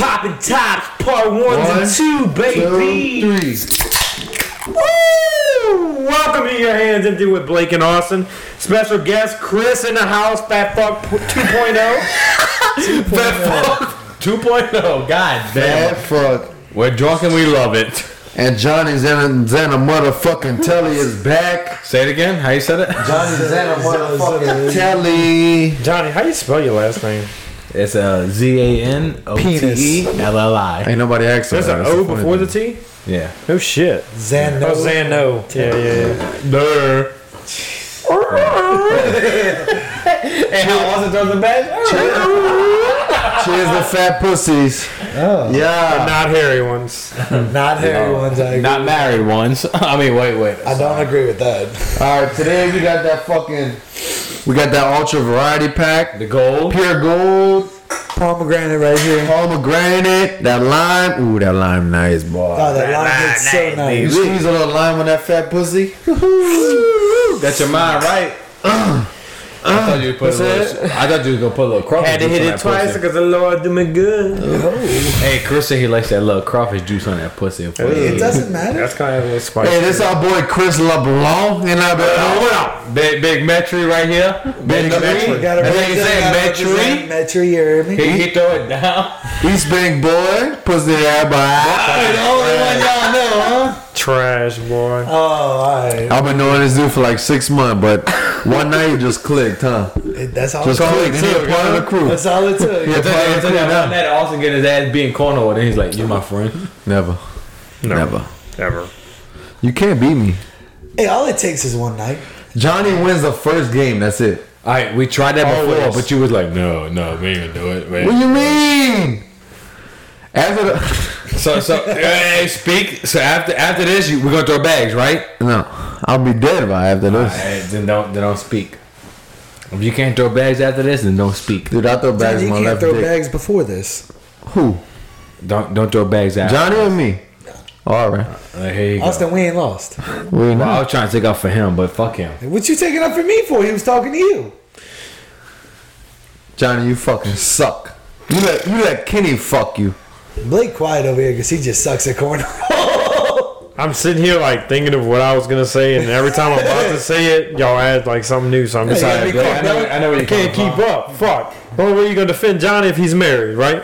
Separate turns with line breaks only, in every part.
Rotten Tops Part 1
One,
and 2, baby.
Two, three.
Woo! Welcome to Your Hands Empty with Blake and Austin. Special guest Chris in the house, Fat Fuck 2.0. oh. Fat Fuck
oh,
2.0. God damn.
Bad fuck.
We're drunk and we love it.
And Johnny Zana, Zana motherfucking Telly is back.
Say it again. How you said it?
Johnny Zana motherfucking Telly.
Johnny, how you spell your last name?
It's a Z A N O T E L L I.
Ain't nobody asked
There's an O before the T?
Yeah.
No shit.
Xano.
Oh, Zano. Yeah, yeah, yeah. Durr.
Hey, how was it throws the bed?
Cheers to fat pussies.
Oh.
Yeah.
Not hairy ones.
Not hairy ones. I,
Not married ones. I mean, wait, wait.
I don't agree with that.
All right. Today we got that fucking. We got that ultra variety pack.
The gold.
Pure gold,
Pomegranate right here.
pomegranate, that lime. Ooh, that lime nice, boy.
Oh, that line looks so
you
nice.
squeeze a little lime on that fat pussy.
Got your mind right. I thought you put a little, I thought you was gonna put a little crawfish
Had to
juice
hit
on
it
that
twice
Pussy.
because the Lord do me good.
Oh.
Hey, Chris said he likes that little crawfish juice on that pussy.
It doesn't matter.
That's kind of a little spicy.
Hey, this our boy Chris LeBlanc and I.
Hold on.
Big, big Metri right here. Big
You
Metri.
gotta
That's how you
represent- you
say
gotta
it, Metri.
represent Metri, you hear me?
He, he throw it down.
East Bank boy, pussy everybody.
the only one y'all know, huh?
Trash, boy.
Oh, alright.
I've been knowing this dude for like six months, but one night it just clicked, huh?
That's all
Just
it took.
clicked. He a part of the crew.
That's all it took.
Yeah.
It's like, it's like that one that Austin get his ass being cornhole, and he's like, "You my friend."
Never, never.
Ever.
You can't beat me.
Hey, all it takes is one night.
Johnny wins the first game. That's it.
All right, we tried that before,
Always.
but you was like, "No, no, we ain't gonna do
What
it." Man.
do you mean? After the
So, so hey, speak. So after after this, you, we're gonna throw bags, right?
no, I'll be dead if I after this.
Hey, then don't then don't speak. If you can't throw bags after this, then don't speak.
Dude, I throw bags
you
in my
can't
left
throw
dick.
bags before this.
Who?
Don't don't throw bags after.
Johnny or me? All right.
Like, here you go.
Austin, we ain't lost.
We
Well, I
not.
was trying to take off for him, but fuck him.
What you taking up for me for? He was talking to you.
Johnny, you fucking suck. You let you let Kenny fuck you.
Blake quiet over here because he just sucks at corner.
I'm sitting here like thinking of what I was gonna say, and every time I'm about to say it, y'all add like something new. So I'm just
Yeah,
like,
yeah,
I know- I know where
you
you're
can't
coming
keep up. Fuck. Well, where you gonna defend Johnny if he's married, right?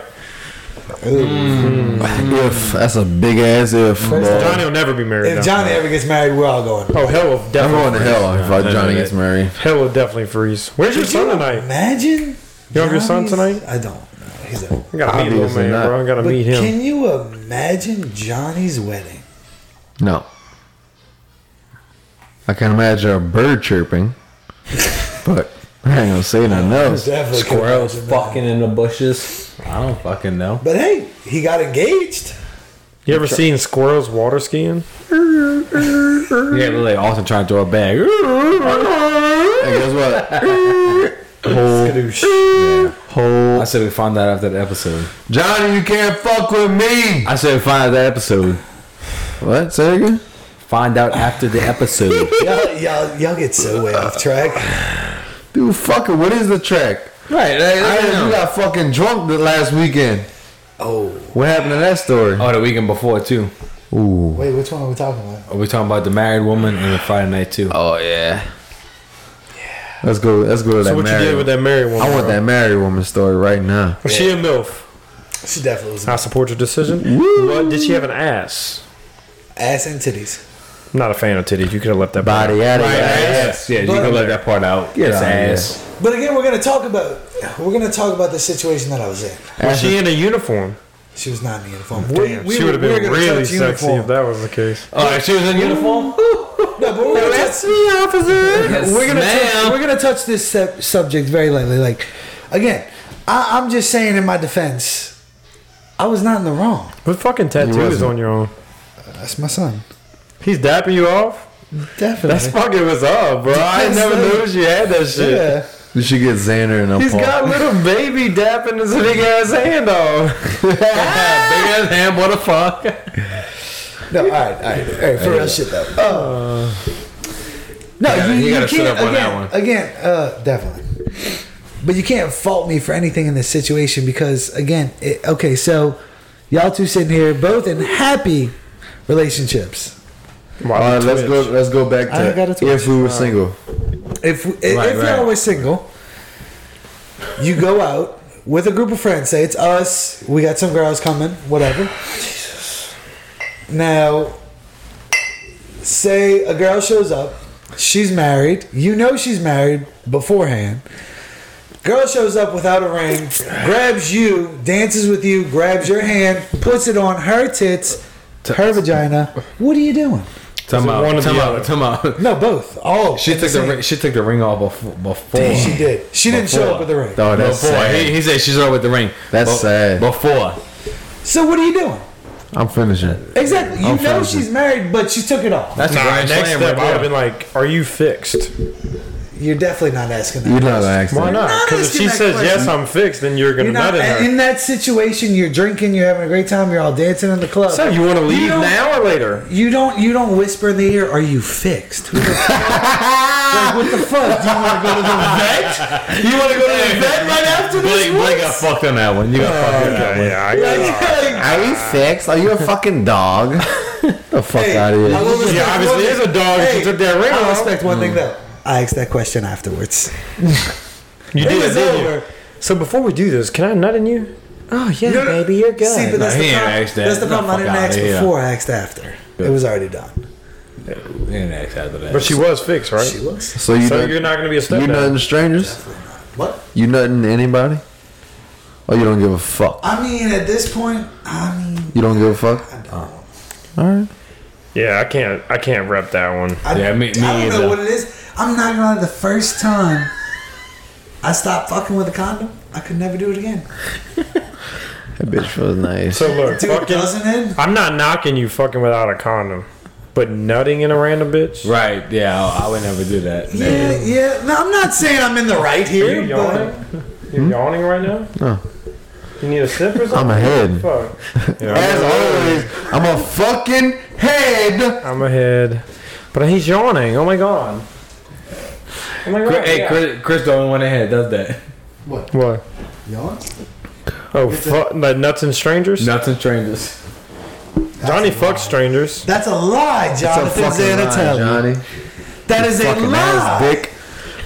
If that's a big ass if. boy.
Johnny will never be married.
if
no.
Johnny ever gets married, we're all going.
oh hell, will
I'm
definitely.
going to hell if uh, Johnny gets married.
Hell will definitely freeze. Where's your son
you
tonight?
Imagine.
You have your son
Johnny's-
tonight?
I don't. know. He's a.
I gotta meet little
Obviously
man,
not.
bro. I gotta
But
meet him.
can you imagine Johnny's wedding?
No. I can imagine a bird chirping, but I ain't gonna say nothing else.
Definitely could
Squirrels
imagine that.
fucking in the bushes. I don't fucking know.
But hey, he got engaged.
You ever seen squirrels water skiing?
Yeah, but like Austin trying to throw a bag.
And guess what?
Skadoosh.
I said we find that after the episode.
Johnny, you can't fuck with me.
I said we find out that episode.
What? Say it again.
Find out after the episode.
y'all, y'all, y'all get so way off track.
Dude, fucker, what is the track?
right.
I heard you got fucking drunk the last weekend.
Oh,
What happened to that story?
Oh, the weekend before too.
Ooh.
wait, which one are we talking about?
Are we talking about the married woman and the Friday night too?
Oh yeah. Let's go. Let's go
So
to that
what you
married.
did with that married woman?
I want
bro?
that married woman story right now.
Was she a milf?
She definitely was
I support your decision. What did she have an ass?
ass and titties.
I'm not a fan of titties. You could have left that
Body out of your ass.
Yeah, you can let that part out.
Get
It's
out of here.
ass.
But again, we're gonna talk about we're gonna talk about the situation that I was in.
Was she in a uniform?
She was not in the uniform.
she would have been
gonna
really
touch
sexy if that was the case.
Oh, if she was in uniform.
No, but we're gonna touch-
officer.
we're gonna touch, we're gonna touch this sub- subject very lightly. Like again, I, I'm just saying in my defense, I was not in the wrong.
What fucking tattoo
wasn't.
is on your arm?
That's my son.
He's dapping you off?
Definitely.
That's fucking what's up, bro. I
That's
never
like-
knew she had that shit.
yeah.
You should get Xander and a
He's
Paul.
got little baby dapping his big ass hand off.
Big ass hand. What the fuck?
No, all right, all right, all right. For real shit though. Oh. no,
Uh, You gotta-
you,
you
you
gotta sit
can't-
up on that
again,
one.
Again, uh, definitely. But you can't fault me for anything in this situation because, again, it, okay, so Y'all two sitting here both in happy relationships.
All right, let's go. Let's go back
I ain't got a
to
Twitch.
if we were single.
If if
Right,
y'all
right.
were single, you go out with a group of friends. Say it's us. We got some girls coming. Whatever. Now, say a girl shows up. She's married. You know she's married beforehand. Girl shows up without a ring, grabs you, dances with you, grabs your hand, puts it on her tits, her vagina. What are you doing?
Time out.
one or
Time
the
out.
other?
Time out.
No, both. All.
She
at the
took the
same-
ring, she took the ring off befo- before.
She did. She didn't show up with the ring.
Oh, that's
before.
sad.
He, he said she's over with the ring.
That's sad.
Before.
So what are you doing?
I'm finishing.
Exactly. You
I'm
know
frozen.
she's married, but she took it off.
That's a
Nah,
grand
next
slam
step, I would
right
have
there.
been like, "Are you fixed?
You're definitely not asking that.
You're not asking.
Why not?
not
Because if
asking
she
that
says
question.
yes, I'm fixed, then you're gonna
You're
nut
not
in her.
in, that situation. You're drinking. You're having a great time. You're all dancing in the club.
so you want to leave
don't-
now or later?
you don't. You don't whisper in the ear. Are you fixed? Who the fuck- like, what the fuck? Do you want to go to the vet? You want to go to the vet right after this?
Blake, Blake got fucked on that one. You got fucked on that one.
Yeah,
Like,
yeah.
like,
Are you fixed? Are you a fucking dog? the fuck
Hey,
out of
I
here.
will respect
obviously
one
it's a
thing.
dog if she
Hey,
took that ring
I
off.
respect one thing though. I asked that question afterwards.
You
It
did,
was
didn't
over.
you? So before we do this, can I nut in you?
Oh yeah,
No, no,
baby, you're
See,
good.
but that's
Nah,
the
he ain't
problem.
asked that.
That's the
Get
problem.
the
I didn't
fuck
ask
outta here.
before. I asked after. It was already done.
Yeah, next after that.
But she was fixed, right?
She was.
So you
so
nut-
you're not gonna be a
you
stepdad.
nutting strangers?
What?
You nutting anybody? Oh, you don't give a fuck.
I mean, at this point, I mean,
You don't give a fuck. All right.
Yeah, I can't. I can't rep that one.
I,
Yeah, me- me
I don't know
either.
what it is. I'm not gonna lie. The first time I stopped fucking with a condom, I could never do it again.
That bitch feels nice.
So look,
Dude,
fucking.
doesn't it?
I'm not knocking you fucking without a condom, but nutting in a random bitch.
Right, yeah, I, I would never do that.
Yeah, yeah. No, I'm not saying I'm in the right
Are you
here, but
yawning? You're yawning right now.
No.
You need a sip or something.
I'm ahead.
Fuck.
As always, I'm a fucking head.
I'm ahead, but he's yawning. Oh my god. Oh my god.
Hey,
yeah.
Chris, Chris the only one ahead does that.
What?
Y'all?
Oh, fuck. Like nuts and strangers.
Nothing strangers.
Johnny fucks strangers.
that's a lie, Jonathan Zanatelli.
Johnny.
that is a
Fucking ass
lie.
dick.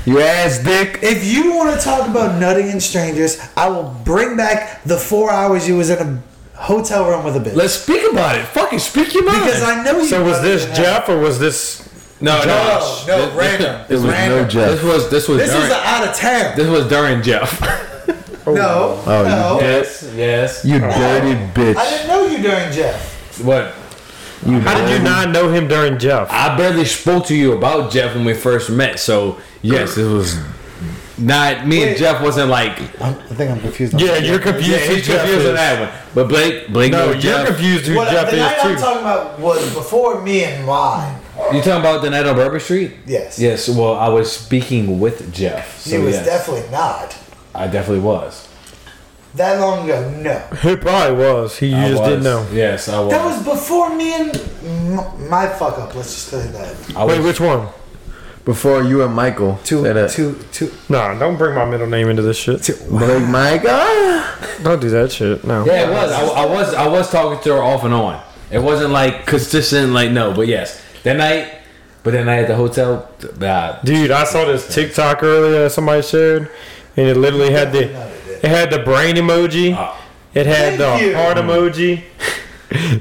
You ass dick.
If you want to talk about nutting in strangers, I will bring back the four hours you was in a hotel room with a bitch.
Let's speak about it. Fucking speak your mind.
because I know you.
So was
probably
this
didn't have-
Jeff or was this?
no,
No,
no,
no, random.
It was no
This
Jeff.
was this was
This
during,
was out of town.
this was during Jeff.
No,
Oh, you
no.
yes, yes.
You
Oh.
dirty
I
bitch.
didn't know you during Jeff.
What?
You
How did you not know him during Jeff?
I barely spoke to you about Jeff when we first met, so yes, this was not me and Jeff wasn't like
I'm, I think I'm confused. On
Yeah, you're confused.
yeah,
who
he's
Jeff
confused
is.
on that one. But Blake, Blake,
No,
no,
you're
Jeff.
confused who
What,
Jeff
the night I'm
is too.
talking about was before me and Ryan.
You talking about the night on Bourbon Street?
Yes.
Yes. Well, I was speaking with Jeff.
He
So
was
yes,
definitely not.
I definitely was.
That long ago, no.
He probably was. He you
I
just
was.
didn't know.
Yes, I was.
That was before me and m- my fuck up. Let's just tell you that.
I was
Wait, which one?
Before you and Michael.
Two,
said that.
two, two.
Nah, don't bring my middle name into this shit.
Blake Michael.
Don't do that shit. No.
Yeah, it was. I, I was. I was talking to her off and on. It wasn't like consistent. Like no, but yes, that night. But that night at the hotel, th- nah,
Dude, I saw this TikTok earlier that somebody shared, and it literally had the it had the brain emoji, it had
Thank
the
you.
heart emoji.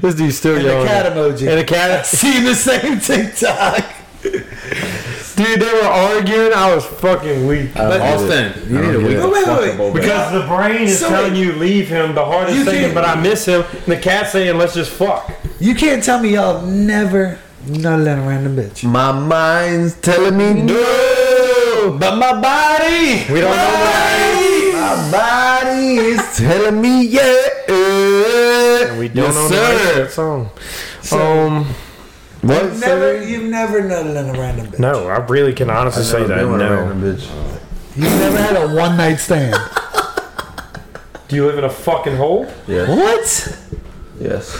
this dude's still
And the
yelling.
cat emoji.
And the cat.
Seen the same TikTok.
Dude, they were arguing. I was fucking weak.
don't
Austin,
get it.
you
I
need to
don't
wake
get
the
it.
fuck
Wait, wait,
up
wait.
over
Because the brain is
So
telling
wait.
you leave him, the heart
You
is thinking,
can't-
but I miss him, and the cat's saying, let's just fuck.
You can't tell me y'all never nutted at a random bitch.
My mind's telling me no, but my body,
We don't know
my
Ah,
body is telling me yeah.
We don't know the
yes,
lyrics to
sir.
that song.
So-
um,
What?
Never, you've never nutted at a random bitch.
no, I really can honestly say that. No.
bitch.
You've never had a one night stand.
Do you live in a fucking hole?
what?
Yes.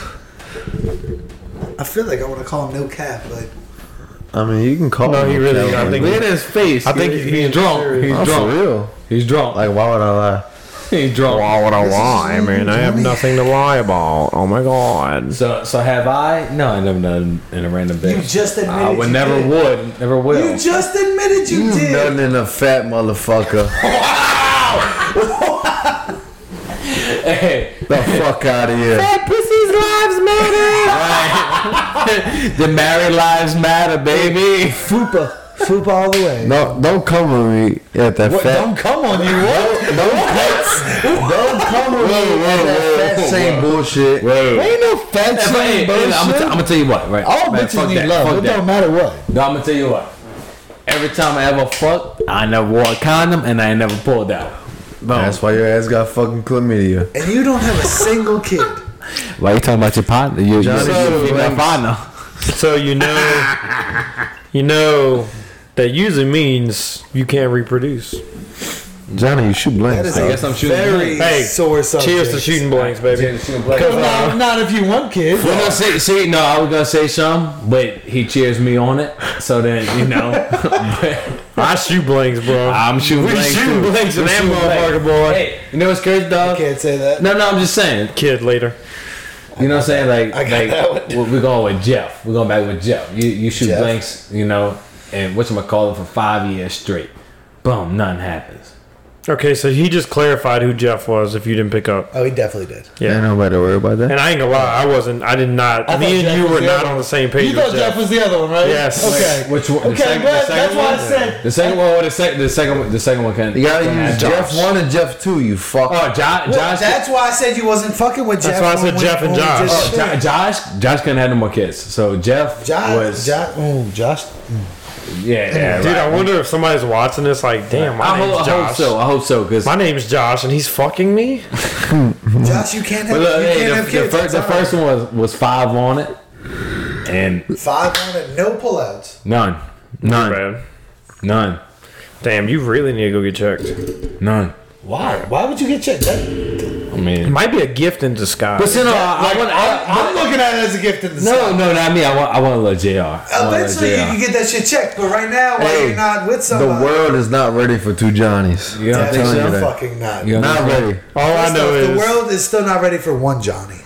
I feel like I want to call him no cap, but
I mean, you can call.
No,
me
he really-
Kelvin.
I think-
Look at his face.
I think he's being
drunk.
serious.
He's
I'm for
drunk.
real.
He's drunk.
Like, why would I lie?
He's drunk.
Why would I
This is
lie, man? I have
funny.
nothing to lie about. Oh my god.
So, so have I? No, I never done in a random day.
You just admitted
I would
you
never
did.
would, never will.
You just admitted you,
You
did.
done in a fat motherfucker.
hey,
the fuck out of here.
pussy's lives matter.
the married lives matter, baby.
Fupa. Fupa all the way.
No, don't come with me at that fat.
Don't come on you. What? Don't, come- don't come on me.
Whoa,
with
whoa,
that
whoa,
fat
whoa.
same bullshit. Ain't no fat
If I-
same
hey, hey, I'm,
bullshit.
gonna- I'm gonna tell you what, right?
All
Man,
bitches
fuck
need
that,
love.
fuck
It
that.
don't matter what.
No, I'm gonna tell you what. Every time I ever fucked, I never wore a condom and I never pulled out. Boom.
That's why your ass got fucking chlamydia.
And you don't have a single kid.
why you talking about your partner? Your, your,
Johnny
your female
Blaze.
partner.
So you know, you know that usually means you can't reproduce.
Johnny, you should blame.
That is
yourself.
a
guess I'm shooting
very
blanks. Hey,
sore subject.
Cheers to shooting blanks, baby.
Well, not, not if you want kids.
We're gonna say, see, no, I was gonna say some, but he cheers me on it. So then, you know, but
I shoot blanks, bro.
I'm shooting.
we
blanks
shooting
too.
blanks in
We
that
shooting
motherfucker,
blanks.
boy.
Hey, you know what's crazy, dog?
Can't say that.
No, no, I'm just saying.
Kid later.
You know what I'm saying? Like,
I got
like we- we're going with Jeff. We're going back with Jeff. You you shoot
Jeff.
blanks, you know, and what's gonna call it for five years straight. Boom, nothing happens.
Okay, so he just clarified who Jeff was. If you didn't pick up,
Oh, he definitely did.
Ain't nobody worry about that.
and I ain't gonna lie, I wasn't. I did not.
I thought
me and
Jeff
you
was
were
the
not
other
on the same page.
You thought
with Jeff.
Jeff was the other one, right?
Yes.
Okay.
Which one? the
Okay,
second- the
glad-
second
that's why I
one?
said.
The second one, or the second, the second, one- the second one can.
You gotta
can
use
have
Jeff
Josh.
1 and Jeff 2, you fuck.
Oh, Josh.
Well,
Josh
that's why I said you wasn't fucking with Jeff.
That's why I
when
said
we-
Jeff and
when we
Josh.
just-
Oh, Jo- Josh, Josh couldn't have no more kids. So Jeff
Josh,
was,
Josh, oh, Josh.
yeah, yeah,
Dude,
right.
I wonder if somebody's watching this. Like, damn, my
I,
name's
hope, I hope
Josh.
so. I hope so because
My name's Josh, and he's fucking me.
Josh, you can't have, you can't
the,
have kids.
the, first, the
that's all
first one was was five on it, and
right. Five on it, no pullouts.
none, none,
Bad.
none,
Damn, you really need to go get checked.
none.
Why? Why would you get checked? That,
I mean,
Might be a gift in disguise.
but you know, I,
like,
I want. I,
I'm looking at it as a gift in the
no, no, not me. I want. I want to let Jr. I wanna let
Eventually, you
JR.
can get that shit checked, but right now, while
Hey,
you're not with
the
somebody,
world is not ready for two Johnnies.
You don't
I'm
think
telling
so?
you
definitely
that.
fucking not.
You don't
Not
think so?
ready.
All I
First
know
off, the
is
world is still not ready for one Johnny.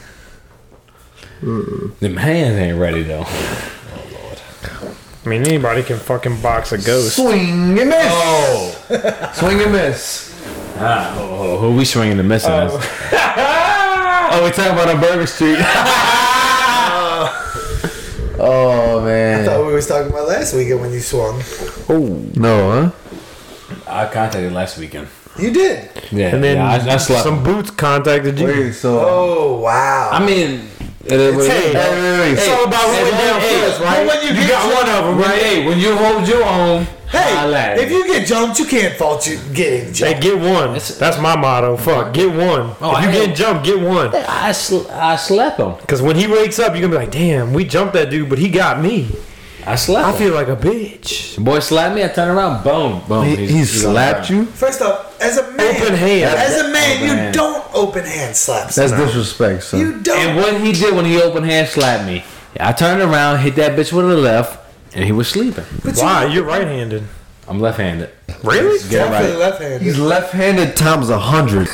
Them hands ain't ready though.
I mean, anybody can fucking box a ghost.
Swing and miss.
Oh.
Swing and miss. Ah, oh, oh, who we swinging and missing? Oh. oh, we talking about on Burger Street.
Oh, man.
Thought we was talking about last weekend when you swung.
No, huh?
I contacted last weekend.
You did.
Yeah,
And then
yeah, I, I slept.
some boots contacted you.
Wait, so.
Oh wow.
I mean, it is what it
Hey,
Hey,
is.
wait, wait,
it's
wait.
all about who
hey,
went down
hey,
first,
hey,
right?
when you
you
get
got
to-
one of them,
When,
right?
hey, when you hold your own,
hey,
I like.
if you get jumped, you can't fault you getting
Hey,
jumped.
get one. That's my motto. Fuck, get one.
Oh,
if you
I-
get jumped, get one.
I, sl- I slept him.
Because when he wakes up, you're gonna be like, damn, we jumped that dude, but he got me.
I slept
I
him.
feel like a bitch.
Boy slapped me. I turned around. Boom, boom.
He, he slapped you?
First off, as a man,
Open hand.
as a man,
Open
you
hand.
don't open hand slaps.
That's disrespect, son.
you don't.
And what he did when he open hand slapped me, I turned around, hit that bitch with the left, and he was sleeping.
but
Why?
You
You're right-handed.
I'm left-handed.
Really?
definitely
right.
left-handed.
He's left-handed times a hundred.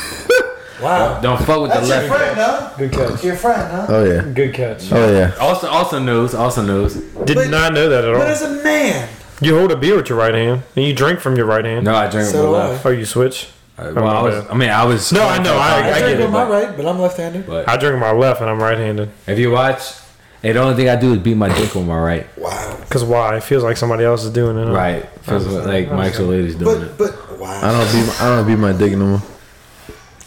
Wow.
Don't fuck with
That's
the
your
left.
friend, huh? Good catch. Your friend,
Uh,
huh?
Oh yeah.
Good catch.
Oh yeah.
Also, also news. Also news.
Did
But-
not know that at
But
all.
as a man,
You hold a beer with your right hand, and you drink from your right hand.
No, I drank with
So do
my
I.
left.
Oh, you switch?
Uh, Well, I was. I mean, I was.
No, I know, I
I
get
drink
it,
on my right, but I'm left-handed.
But
I drink with my left, and I'm right-handed.
if you watch, hey, the only thing I do is beat my dick with my right.
Wow.
Cause why? It feels like somebody else is doing it. huh?
Right. Feels like Mike's old lady's doing it.
But but
I
wow.
don't be I don't be my dick no more.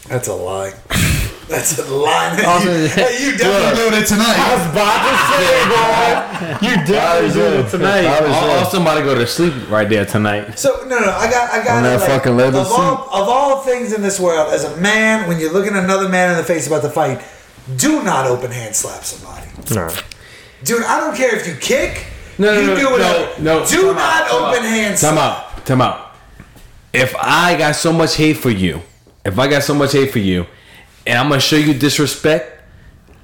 That's a lie. That's a lie.
Also-
you, hey, you definitely doing
I
it tonight.
was about to say, boy, you definitely doing it tonight.
I was
All,
there.
all somebody go to sleep right there tonight.
So no, no, I got, I got.
On
it,
that
like,
fucking leather
of all, of all things in this world, as a man, when you're looking another man in the face about to fight, do not open hand slap somebody,
No.
dude. I don't care if you kick.
No, no,
you
no,
do
no,
it.
no.
Do
Time
not
out, time
open hand
Time
slap.
out. Time out. If I got so much hate for you, if I got so much hate for you, and I'm gonna show you disrespect,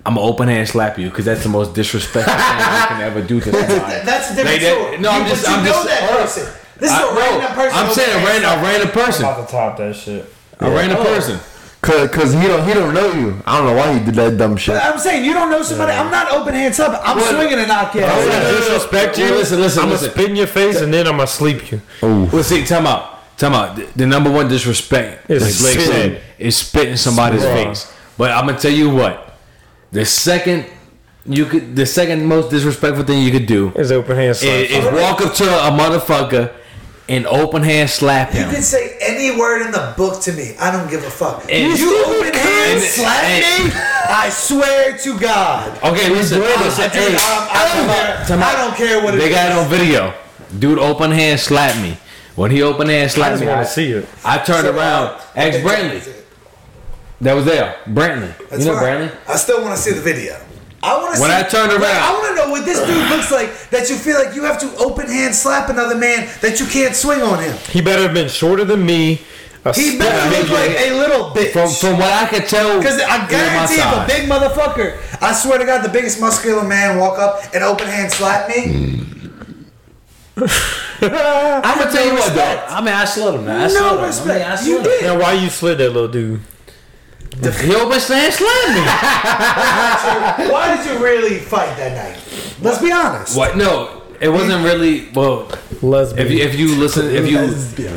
I'm gonna open hand slap you because that's the most disrespectful thing I can ever do to somebody.
That's a different
Like that-
story.
no, I'm
You-
just-
but you
I'm
know
just-
that
hold up.
person. This is
I-
a
no,
random person.
I'm
open
saying a
hand
random,
slap.
a random person. Oh.
to top that shit.
I ran a person.
Cause, Cause he don't he don't know you. I don't know why he did that dumb shit.
But I'm saying you don't know somebody. I'm not open hands up. I'm swinging a knock your
I'm
ass.
gonna
no, no, no.
disrespect you.
Well, listen, listen,
I'm
listen.
gonna spit in your face and then I'm gonna sleep you.
Oh.
Well, see, time out. Time out. The, the number one disrespect,
Is
like Blake
spitting.
said, is spitting somebody's
Bruh.
face. But I'm gonna tell you what. The second you could, the second most disrespectful thing you could do
His open hand
is,
slap.
is walk up to a motherfucker and open hand slap
You
him.
can say any word in the book to me. I don't give a fuck.
And-
If you
You
open hand
and-
slap
and-
me, I swear to God.
Okay, listen.
I,
listen,
dude,
hey,
I'm- I, don't care. I don't care what it
They
is.
got it on video. Dude, open hand slapped me. When he open hand
I
slapped
just
me,
want
I,
to see it.
I turned around. Asked Brantley. That was there. Brantley.
That's
you know
fine.
Brantley?
I still want to see the video. I want to
When
see,
I turned
like,
around-
I want to know what this dude looks like. That you feel like you have to open hand slap another man that you can't swing on him.
He better have been shorter than me. A
He
step
better look
bigger.
like a little bitch.
From from what I could tell,
Because I
it was my
guarantee if a
size.
big motherfucker, I swear to God, the biggest muscular man walk up and open hand slap
Mm.
me.
I'm gonna tell you what though.
respect.
I mean, I slid him. Man. I
No
slid him.
respect.
I mean, I
You
slid
did.
him.
Now, why you slid that little dude?
He open slam slammed me.
Why did you really fight that night? Let's be honest.
what? No, it wasn't really. Well,
Lesbian.
if you if you listen if you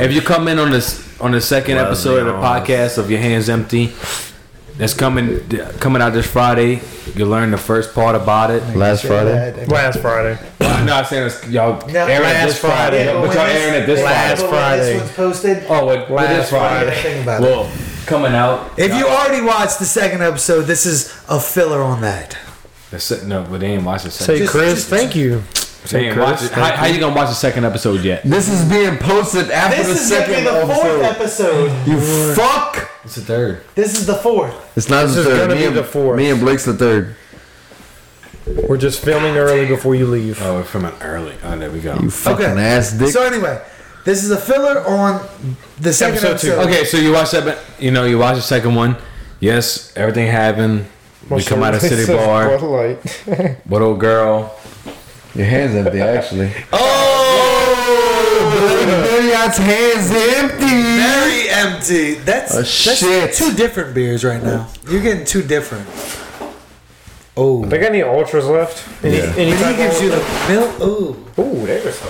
if you come in on this on the second episode of the podcast of your hands empty, that's coming coming out this Friday. You learn the first part about it.
Last Friday.
Last Friday.
I'm not saying it's y'all
No,
airing it
last
this Friday,
Yeah,
but
when
y'all airing it this
yeah,
Friday.
last
but when
Friday.
This one's posted.
Oh, with, with
last
this
Friday. Think
Friday.
about it.
Well, coming out.
If you already watched the second episode, this is a filler on that.
The se- no, but they ain't watch the second.
Say,
Just-
Chris,
just-
thank you.
They
Say,
ain't watch
Chris,
it. How, how you gonna watch the second episode yet?
This is being posted after
This
the
is gonna be
second
the fourth
episode.
episode.
You fuck.
It's the third.
This is the fourth.
It's not
This
the
is
third.
gonna
Me
be
and,
the fourth.
me and Blake's the third.
we're just filming early before you leave.
Oh, we're from an early. Oh, there we go.
You fucking ass dick.
So anyway, this is a filler on the second
Episode
episode.
two.
Okay, so you watch that, but you know, you watch the second one. Yes, everything happened. We come out of City Bar. What old girl?
Your hands empty, actually.
Oh,
Billion's hands empty.
Very empty. That's,
Oh,
that's
shit.
two different beers right now. You're getting two different. Oh.
Oh,
I think I need ultras left. Any, yeah. any
And he
type
gives
of-
you the milk. Ooh.
Ooh, there's some.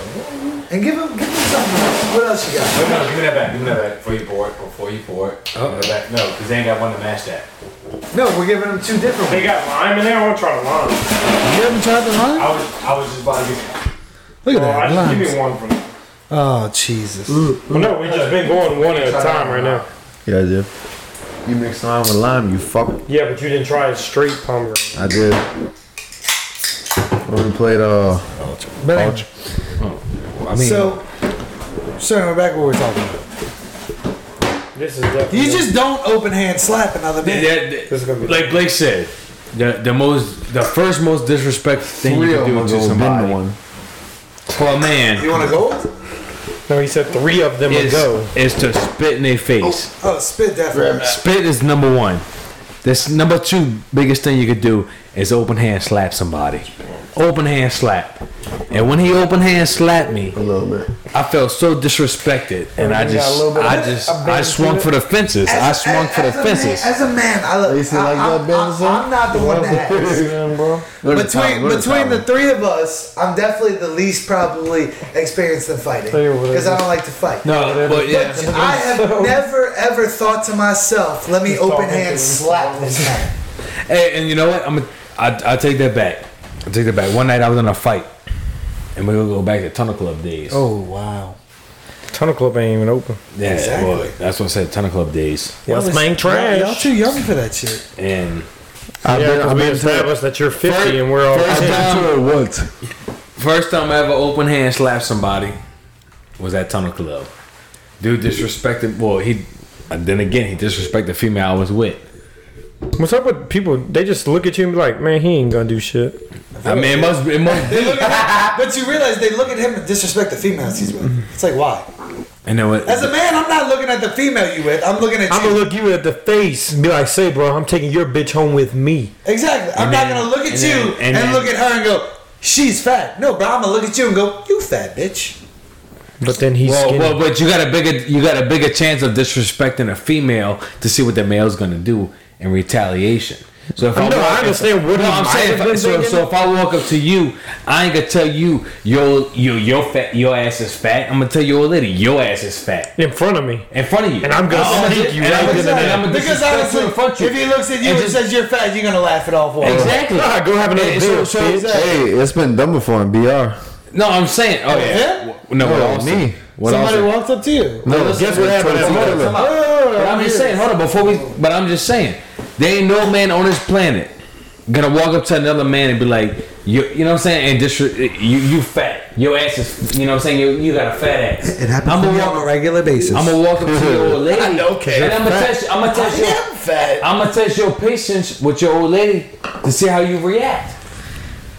And give him, give him something. Else. What else you got?
no, no, give me that back. Give me that back before you pour it. Before you pour it. Oh, back. no, because they ain't got one to match that.
No, we're giving him two different. Ones.
They got lime in there. I want to try lime.
You haven't tried the lime?
I was, I was just about to get.
Look at
Oh,
that
I just give
lime.
me one from.
Oh Jesus.
Well, no, we just been going one at a time right now.
Yeah, dude. You mixed lime with lime, you fuck.
Yeah, but you didn't try a straight pomegranate.
I did. When we played, uh,
But anyway,
I mean,
so, so we're back where we're talking about.
This is definitely.
You just don't open hand slap another man.
that,
This is gonna be-
like Blake said, the the most, the first most disrespectful thing you
real
can do
ones
to
will bend the
somebody,
one.
to a man,
You want to go?
no, he said three of them
is,
ago.
is to spit in their face.
Oh, spit definitely.
Spit is number one. This number two biggest thing you could do is open hand slap somebody. Open hand slap. And when he open hand slapped me,
A little bit.
I felt so disrespected. And
Everything
I
got a
just
little bit
I
of-
just
a bit
I
of
swung
shit.
for the fences. I swung for the
as a
fences.
Man, as a man, I look.
You see
I,
like
I,
that, Benson?
I, am not the one that asked. Between between the three of us, I'm definitely the least probably experienced in fighting
Tell you what it
because I don't like to fight.
No, but yeah.
I have never ever thought to myself, "Let me open hand slap this guy."
Hey, and you know what? I'm a, I I take that back. I take that back. One night I was in a fight. And we're gonna go back to Tunnel Club days.
Oh wow!
Tunnel Club ain't even open.
yeah,
exactly.
well, that's what I said, Tunnel Club days.
Yes, man, trash.
Y'all too young for that shit.
And
I've
Yeah,
been,
because
I've
we
been to,
established that you're 50
First-
and we're all.
I've been to it once.
First time I ever open hand slapped somebody was at Tunnel Club. Dude disrespected. Well, he. And then again, he disrespected the female I was with.
What's up with people? They just look at you and be like, man, he ain't gonna do shit.
I mean, it must. It must be.
But you realize they look at him and disrespect the females he's with. It's like why?
And then what?
As a man, I'm not looking at the female you with. I'm looking at
I'm
you.
gonna look you at the face and be like, say, bro, I'm taking your bitch home with me.
Exactly. I'm
And
not
then-
gonna look at
and
you
then-
and,
and then-
look at her and go, "She's fat." No, bro. I'm gonna look at you and go, "You fat bitch."
But then he's
Well,
skinny.
well, but you got a bigger you got a bigger chance of disrespecting a female to see what the male's gonna do in retaliation. So if I
No, I
walk-
understand what
no,
he
I'm
might have
saying.
been
If, so,
thinking.
so if I walk up to you, I ain't gonna tell you yo yo your fat your ass is fat. I'm gonna tell you old lady your ass is fat
in front of me.
in front of you,
And I'm gonna sneak
di-
you
and
right
I'm gonna-
in and
and I'm gonna
Because
disrespect
honestly,
you in front of you.
if he looks at you and,
And just-
says you're fat, you're gonna laugh it off. All
exactly.
All right, go have another
Yeah,
beer,
so- so-
bitch.
Hey, it's been done before in BR.
No, I'm saying. Oh
him?
yeah. No, what
No,
else?
me. What
Somebody
else?
walks up to you.
No,
guess what happened at
Tootsie
Moeller?
Killer.
Come on. But I'm just saying, hold on, before we, but I'm just saying, there ain't no man on this planet gonna walk up to another man and be like, you, you know what I'm saying, and disre- you, you fat, your ass is, you know what I'm saying, you, you got a fat ass.
It happens
I'm
to me
gonna
on a
walk,
regular basis.
I'm gonna walk up to your old lady,
Okay.
and I'm gonna test, I'm gonna test your,
fat.
I'm gonna test your patience with your old lady to see how you react.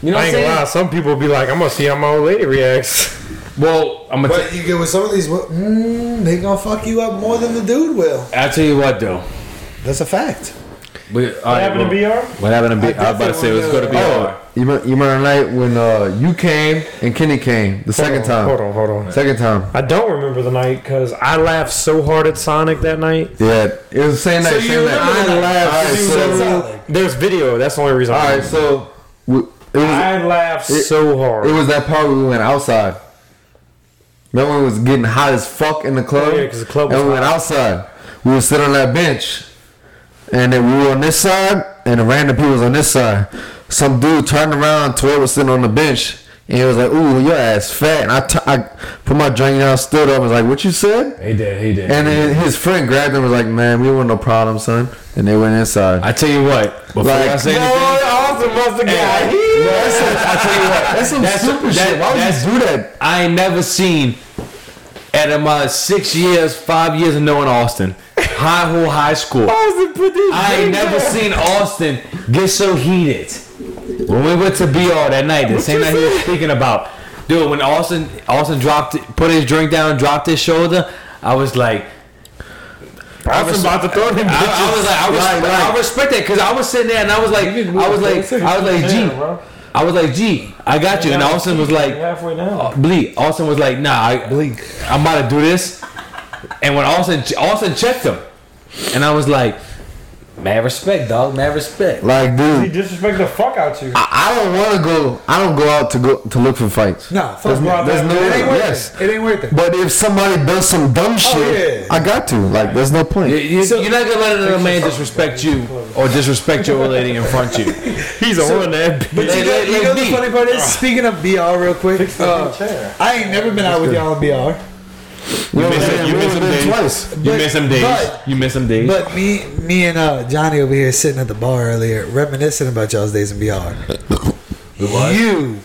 You know what
I
I'm
ain't gonna lie,
saying?
some people be like, I'm gonna see how my old lady reacts.
Well, I'm gonna.
But you get with some of these, wo- mm, they gonna fuck you up more than the dude will.
I tell you what though.
That's a fact.
We,
What happened to BR?
What happened to B?
I
I, was about to say it was going to be.
Oh, you remember, you remember the night when uh, you came and Kenny came the second
Hold on,
time?
Hold on, hold on.
Second time.
I don't remember the night because I laughed so hard at Sonic that night.
Yeah, it was the same night.
So
same
you
night.
remember the
I
night.
laughed.
You
so,
said something.
There's video. That's the only reason.
all
I
right,
remember.
so we, it was
I laughed
it-
so hard.
it was that part we went outside. Remember when it was getting hot as fuck in the club?
Oh, yeah, 'cause the club was
And we went
hot.
outside. We would sit on that bench, and then we were on this side, and the random people was on this side. Some dude turned around, twelve was sitting on the bench, and he was like, "Ooh, your ass fat." And I, t- I put my drink down, stood up, and was like, "What you said?"
He did. He did.
And then his friend grabbed him and was like, man, we want no problem, son. And they went inside.
I tell you what, before
Like,
I say
no,
anything,
awesome, mother guy.
that's some, I tell you what, that's some
That's-
stupid
that-
shit. Why
that's-
would you do that?
I ain't never seen out of my six years, five years of knowing Austin, high whole high school. I ain't never seen Austin get so heated. When we went to BR that night, the same night he was speaking about, dude. When Austin Austin dropped, put his drink down, dropped his shoulder, I was like,
I was about to throw him.
I, I was like, I, respect, I respect that because I was sitting there and I was like, I was like, I was like,
bro.
G, I was like, G, I got you. And Austin was like,
halfway down.
Bleak. Austin was like, Nah, I, I'm about to do this. And when Austin, Austin checked him, and I was like, Mad respect, dog. Mad respect.
Like,
He
dude,
disrespect the fuck out you.
I, I don't want to go. I don't go out to go to look for fights.
No,
there's,
fuck
no-
off.
there's no.
it ain't worth
Yes,
it. It ain't worth it.
but if somebody does some dumb shit,
yeah.
I got to. Like, there's no point.
You, you, are not gonna let another man disrespect you or disrespect your old lady in front of you.
He's a one that.
But
Like-
you know,
like-
you
like
know the
me.
funny part is, speaking of BR, real quick, uh,
chair.
I ain't never been out with y'all in BR,
You,
miss it- you
we
miss
only
them
been
days.
twice.
You miss some days.
but-
You miss some days.
but me, me and uh, Johnny over here sitting at the bar earlier, reminiscing about y'all's days in BR. you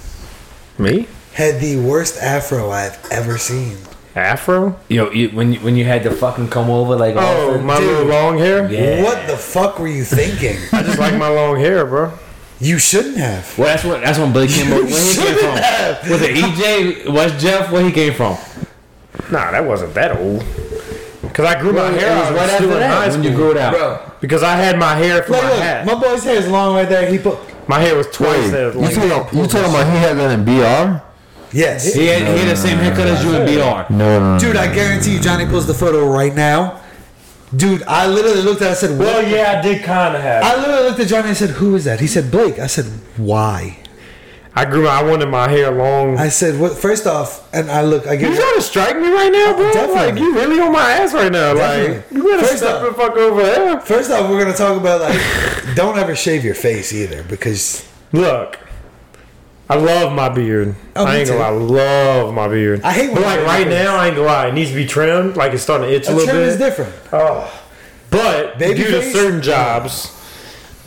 Me?
had the worst afro I've ever seen.
Afro?
Yo, you, when you, when you had to fucking come over like
Oh,
Austin,
my little long hair.
yeah.
What the fuck were you thinking?
I just like my long hair, bro.
you shouldn't have.
Well, that's what that's when Blake came over. Where he came from? Was it EJ? Was Jeff? Where he came from?
Nah, that wasn't that old. Cause I grew my hair
it
out
was right after
still in high
that when you
school.
grew it out.
Because I had my hair for
Like,
my
look,
hat.
my boy's hair is long right there. He put
my hair was twice
Wait,
that
you
long.
talking about- you talking about he had that in BR?
yes,
He had, he had the same haircut as you in BR.
No, no, no.
dude. I guarantee you, Johnny pulls the photo right now. Dude, I literally looked at. it, I said, "What
Well, yeah, I did kind of have.
I literally looked at Johnny and said, "Who is that?" He said, "Blake." I said, "Why?"
I grew. my- I wanted my hair long.
I said, "What?" First off, and I look, I
You
get.
trying to strike me right now, bro?
Definitely.
Like you really on my ass right now? Like
Definitely.
you better
First
step
off-
the fuck over there.
First off, we're gonna talk about like, don't ever shave your face either because
Look, I love my beard.
Oh,
I
me
ain't gonna
too.
lie, I love my beard.
I hate when
but like
my
right
beard
now, I ain't gonna lie. It needs to be trimmed. Like it's starting to itch a,
a
little
trim
bit.
is different.
Oh, but
Baby
due to
face?
certain jobs,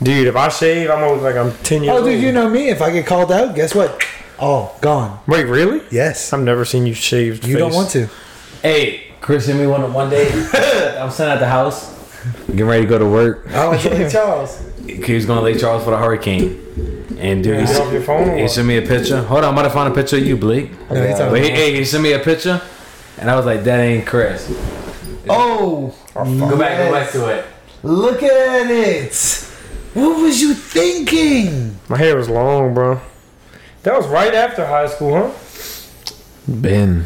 dude, if I shave, I'm gonna look like I'm ten years
Oh,
old.
dude, you know me. If I get called out, guess what? Oh, gone.
Wait, really?
Yes,
I've never seen you shaved.
you don't
face.
want to.
Hey, Chris and me one one day. I'm sitting at the house, getting ready to go to work.
Oh, Charles.
He was going to Lake Charles for the hurricane, and dude, he,
Get off your phone Oh, or
he
what?
sent me a picture. Hold on, I'm about to find a picture of you, Blake.
No, he's talking
But he,
about-
hey, he sent me a picture, and I was like, that ain't Chris.
Oh,
Go back, go back to it.
look at it. What was you thinking?
My hair was long, bro. That was right after high school, huh?
Ben.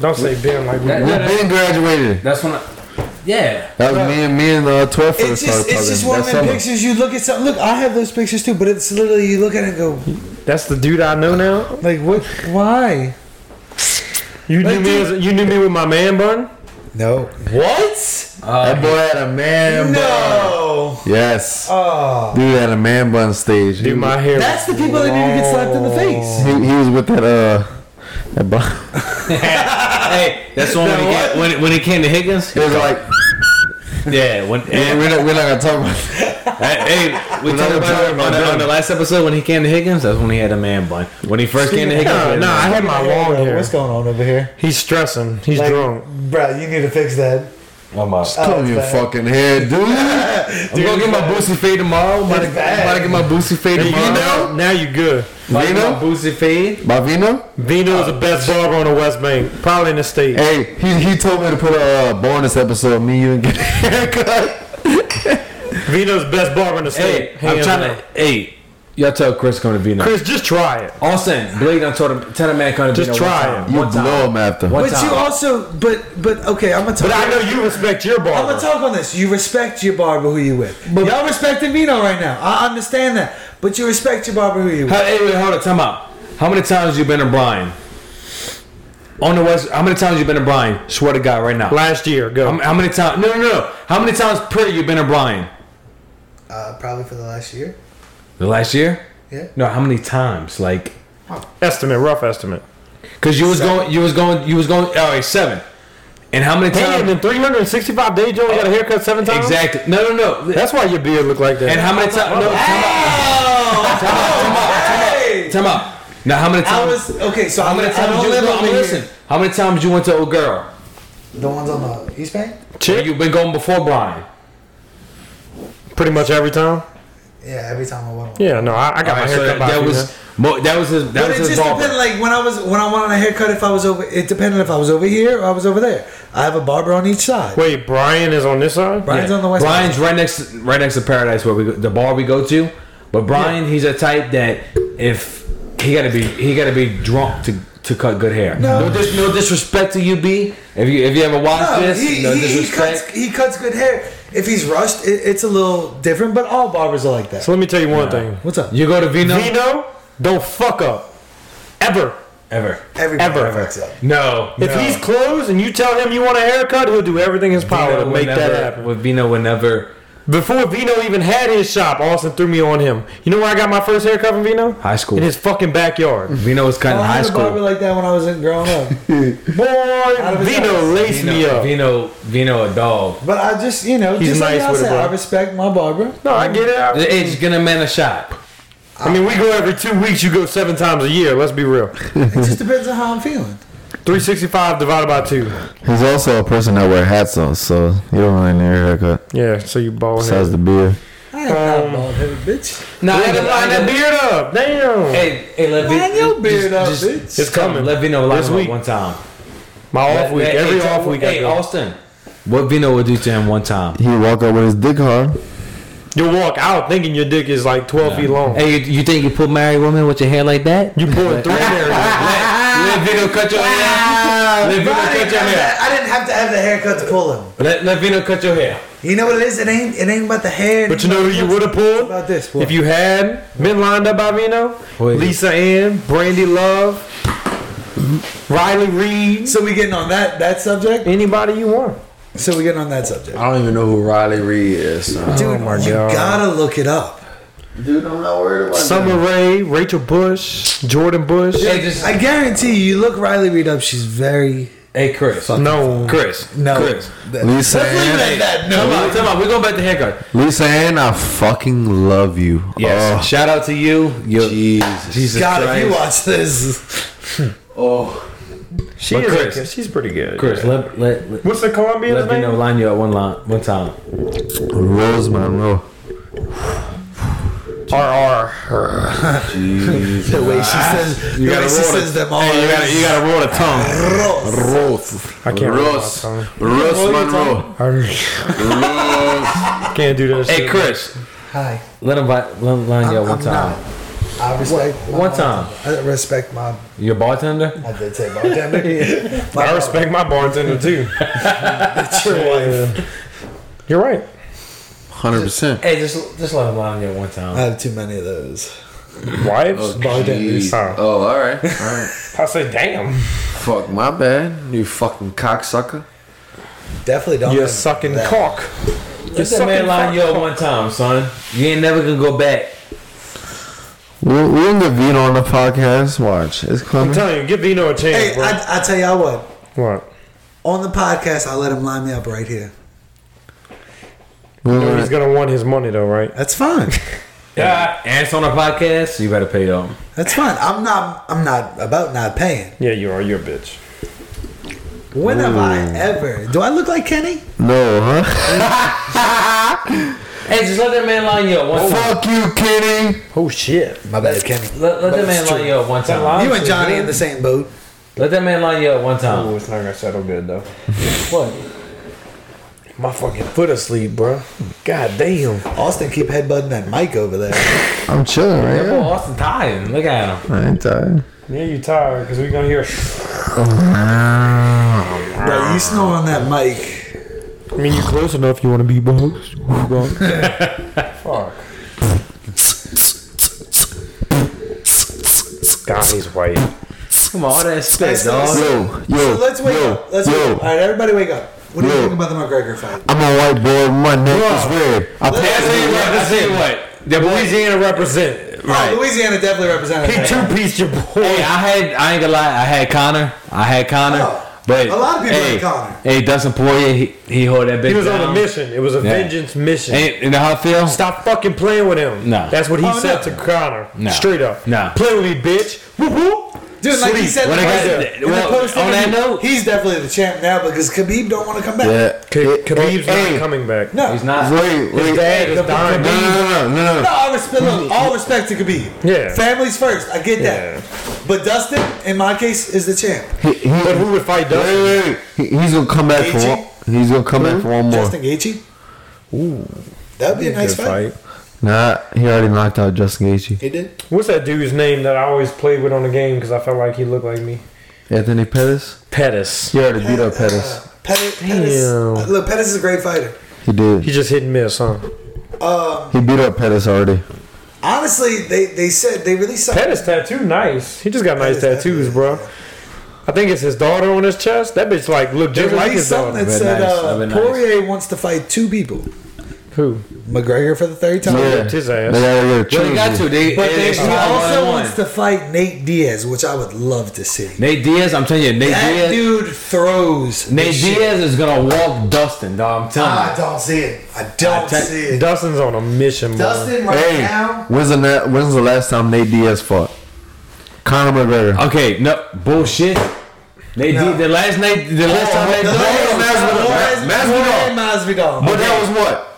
Don't say Ben like we.
That-
We
that-
been graduated.
That's when I. Yeah.
That was me and me and uh, twelve first
It's just,
started
it's just
talking
one of
that
them
summer.
pictures. You look at something. Look, I have those pictures too, but it's literally you look at it and go,
That's the dude I know now.
like, what? Why?
You knew
Like,
me. As, you knew me with my man bun.
No.
What?
That boy had a man bun.
No.
Yes,
Oh.
dude had a man bun stage. He
Dude, my hair.
That's the people that need to get slapped in the
was-
face.
He, he was with that uh, that bun.
hey, that's when, when, it came, when, it, when it came to Higgins.
It was like
Yeah. When,
yeah, we're not, we're not gonna talk about. It.
Hey, we
We're
talked
not
about it
talking
on
about
the, on the
them.
last episode when he came to Higgins. That's when he had a man bun. When he first came to Higgins, he
No,
had a
no, I
man
had my long hair.
What's going on over here?
He's stressing. He's
Like,
drunk.
Bro, you need to fix that.
bun. My mouth.
Comb
it's
your
bad.
fucking hair, dude.
I'm gonna get my boosty fade tomorrow. I'm about to-
It's
I'm
bad.
about to get my boosty fade
Hey, you
tomorrow.
now, now you good.
I'm about to get
Vino?
my boosty fade.
My Vino.
Vino is the best barber on the West Bank, probably in the state.
Hey, he, he told me to put a uh, bonus episode. Me, you, and get a haircut.
Vino's the best barber in the state.
Hey, I'm
hands
trying
down.
to. Hey, y'all tell Chris come to Vino.
Chris, just try it.
Austin, Blade, I told him tell the man come to
Just
Vino.
try
one time.
it.
You
One time.
blow him after.
One
But
time.
you also, but, but, okay, I'm going to talk.
But I know you respect your
I'm
barber.
gonna talk on this. You respect your barber who you with. Y'all respecting Vino right now. I understand that, but you respect your barber who you with.
How, hey, wait, hold up, time out. How many times you been to Brian? On the West, how many times you been to Brian? Swear to God, right now.
Last year, go.
How, how many times? No, no, no. How many times per you been to Brian?
Uh, probably for the last year.
The last year?
Yeah.
No, how many times? Like,
estimate, rough estimate.
cause you was going, you was going, you was going. All right, seven. And how many
Damn, in
times?
365 days, you only got a haircut seven times.
Exactly. No, no, no.
That's why your beard look like that.
And how many times? No,
Oh, Hey!
time out. Now, how many
I
times?
was okay. So
How
I'm
many
gonna
times you?
live
no,
over
I'm-
here.
Listen. How many times you went to Old Girl?
The ones on the East Bank.
Chick?
You've been going before Brian.
Pretty much every time.
Yeah, every time I went.
Yeah, no, I, I got my
Alright, so
haircut
that,
by
that
Vino.
was mo- that was his that
But
was
it
his
just
barber.
depended. Like when I was when I wanted a haircut, if I was over, it depended if I was over here or I was over there. I have a barber on each side.
Wait, Brian is on this side.
Brian's
Yeah.
on the west. side.
Brian's right next right next to Paradise where we go, the bar we go to. But Brian, he's a type that if he gotta be he gotta be drunk to to cut good hair. No, dis- no disrespect to you, B. If you if you ever watch
No,
this,
he,
no
he, he cuts
disrespect.
he cuts good hair. If he's rushed, it, it's a little different. But all barbers are like that.
So let me tell you one thing.
What's up?
you go to Vino,
Vino, don't fuck up. Ever.
ever.
Everybody
Ever.
fucks up.
No,
If he's closed and you tell him you want a haircut, he'll do everything in his power to make that happen.
With Vino, whenever
Before Vino even had his shop, Austin threw me on him. You know where I got my first haircut from Vino?
High school.
In his fucking backyard.
Vino was kind
Oh, I
of high
had a barber
school.
like that when I was in- growing up.
Boy,
of his
Vino
house.
laced me
Vino,
up.
Vino, Vino, a dog.
But I just, you know,
He's
just
nice
like I
with it,
said,
bro.
I respect my barber.
No, I get it. I,
It's gonna man a shop.
I mean, we go every two weeks. You go seven times a year. Let's be real.
It just depends on how I'm feeling.
365 divided by two.
He's also a person that wear hats on, so you don't really need a haircut
Yeah, so you bald
besides
head.
the beard.
I ain't
Um,
not bald headed, bitch.
Nah,
Let him line that beard up. Damn.
Hey, hey, let
Man,
Vin-
your beard up,
just,
bitch.
It's coming. Let Vino line
This
him up
week.
one time.
my off
Let-
week.
let-
Every
hey,
off week. I
Hey, oh.
go.
Austin. What Vino would do to him one time?
He walk up with his dick hard.
You'll walk out thinking your dick is like 12 feet long.
Hey, you, you think you put married woman with your hair like that?
You pulling three there.
Let, let Vino cut your hair. Let Vino
I
cut
didn't,
your hair.
have to- I didn't have to have the haircut to pull him.
Let, let Vino cut your hair.
You know what it is? It ain't it ain't about the hair.
But you know who you would have pulled?
About this, what?
If you had been lined up by Vino,
Who is it?
Lisa Ann, Brandy Love, Riley Reed,
So we getting on that that subject?
anybody you want.
So we getting on that subject.
I don't even know who Riley Reed is. No.
Dude, you gotta look it up.
Dude, I'm not worried about
Summer Rae, Rachel Bush, Jordan Bush.
Hey, just,
I guarantee you, you look Riley Reed up, she's very
hey Chris.
No.
Chris.
no.
Chris.
That-
Lisa
Let's leave
Ann,
it at that.
Come
No.
on, come on. We're going back to haircut.
Lisa Ann, I fucking love you.
Oh.
Yes. Shout out to you.
Oh,
you
Jesus.
Jesus
God, if
Christ.
you watch this,
Oh,
She
But
is
Chris.
okay. she's pretty good.
Chris, let, let, let,
What's the Colombian's
let Vino
name?
line you up one line, one time.
Rose Monroe.
RR.
the way she says, the way she says them all.
Hey, you gotta, you gotta roll the tongue.
Gross.
Rose.
I can't roll my
Ross.
tongue.
Ross Monroe.
Can't do that.
Hey
shit.
Chris,
Hi.
let him vi- let him line you up
I'm
one time.
not. I respect. my
one
bartender. I respect my.
Your bartender?
I did say bartender. My
I respect my bartender too.
It's your wife.
You're right.
Hundred percent.
Hey, just just let him lie on there one time.
I have too many of those.
Wives?
Bartenders.
Jeez. Oh, all right, all right.
I say, damn.
Fuck my bad. You fucking cocksucker.
Definitely don't.
You're
have
sucking
that.
cock. You're
Just that
sucking
man line
cock.
you up one time, son. You ain't never gonna go back.
We'll, we'll get Vito on the podcast. Watch, it's
I'm
coming.
telling you, give Vino a chance,
Hey,
bro.
I, I tell y'all what.
what?
On the podcast, I let him line me up right here.
We'll
he's gonna want his money though, right?
That's fine.
Yeah. And it's on a podcast, you better pay them.
That's fine. I'm not. I'm not about not paying.
Yeah, you are. You're a bitch.
When have I ever? Do I look like Kenny?
no, huh?
Hey, just let that man line you up one time.
Fuck you, Kenny.
Oh shit.
My bad, Kenny.
Let, let that
That's
man
true.
line you up one time.
You and Johnny in the same boat.
Let that man line you up one
Oh,
time.
it's not gonna settle good though.
What?
My fucking foot asleep, bro. God damn.
Austin keep headbutting that mic over there.
I'm chilling right
Oh,
now.
Austin Tyron, look at him.
I ain't tired.
Yeah, you tired because we're gonna hear.
Bro, you snore on that mic.
I mean, you're close enough. You want to be boxed? Fuck. God, he's white.
Come on, all that spit, dog.
Yo, yo,
So let's wake
yo,
up. Let's wake
yo.
up. All right, everybody wake up. What do you
Yo.
think about the McGregor fight?
I'm a white boy. My neck is red. I
what.
put
Let's see what. The Louisiana represent.
Oh, Louisiana definitely represented.
He
that.
two piece your
Hey,
boy.
I had I ain't gonna lie, I had Connor. I had Connor.
Oh,
but
a lot of people
hey,
had Connor.
Hey, Dustin Poirier, he, he hold that big.
He was on a
down.
mission. It was a vengeance mission.
Ain't you know how I feel?
Stop fucking playing with him.
No.
That's what he
Oh,
said
no.
to Connor.
No.
Straight up.
No.
Play with me, bitch. Woo woo.
Dude, like he
Sleep.
said,
When I got-
in the
well,
post
on that
interview,
note-
he's definitely the champ now because Khabib don't want to come back.
K-
it-
Khabib's
hey,
not coming back.
No,
He's not.
Wait, wait.
Dad is
the-
dying.
No, no, no, no,
No,
no.
all respect. Look, all respect to Khabib.
Yeah.
families first. I get that. But Dustin, in my case, is the champ.
He, he,
But who would fight
wait,
Dustin?
wait, wait. He, he's gonna come back for one. He's gonna come back for one more.
Justin Gaethje. Ooh, that'd be a nice
Good
fight.
Nah, he already knocked out Justin Gaethje.
He did.
What's that dude's name that I always played with on the game because I felt like he looked like me?
Anthony Pettis.
Pettis.
He already beat up Pettis.
Pettis, Pettis, uh,
Damn.
look, Pettis is a great fighter.
He did.
He just hit and miss, huh?
He beat up Pettis already.
Honestly, they, they said they really suck.
Pettis tattoo, nice. He just got nice
Pettis
tattoos,
tattoo.
bro. I think it's his daughter on his chest. That bitch like look
They
just like
released
his daughter.
something that
That'd be
said
nice,
uh,
that'd be nice.
Poirier wants to fight two people:
Who?
McGregor for the third time,
Whipped his
They
ass.
gotta get
Well,
a
they got to. They,
but
they,
then he
they
also
also
wants to fight Nate Diaz, which I would love to see.
Nate Diaz, I'm telling you, Nate
That
Diaz.
dude throws.
Nate
the shit. Ah,
Diaz is gonna walk Dustin, dog. I'm telling
I
you.
don't see it. I don't
I tell-
see it.
Dustin's on a mission, bro.
Dustin right
Hey,
now.
when's the, na- when's the last time Nate Diaz fought? Conor McGregor.
Okay, no bullshit. Nate
No. Oh,
Diaz, the last night, the last time they
The
done
last-
it,
the last- Masvidal.
But that was what?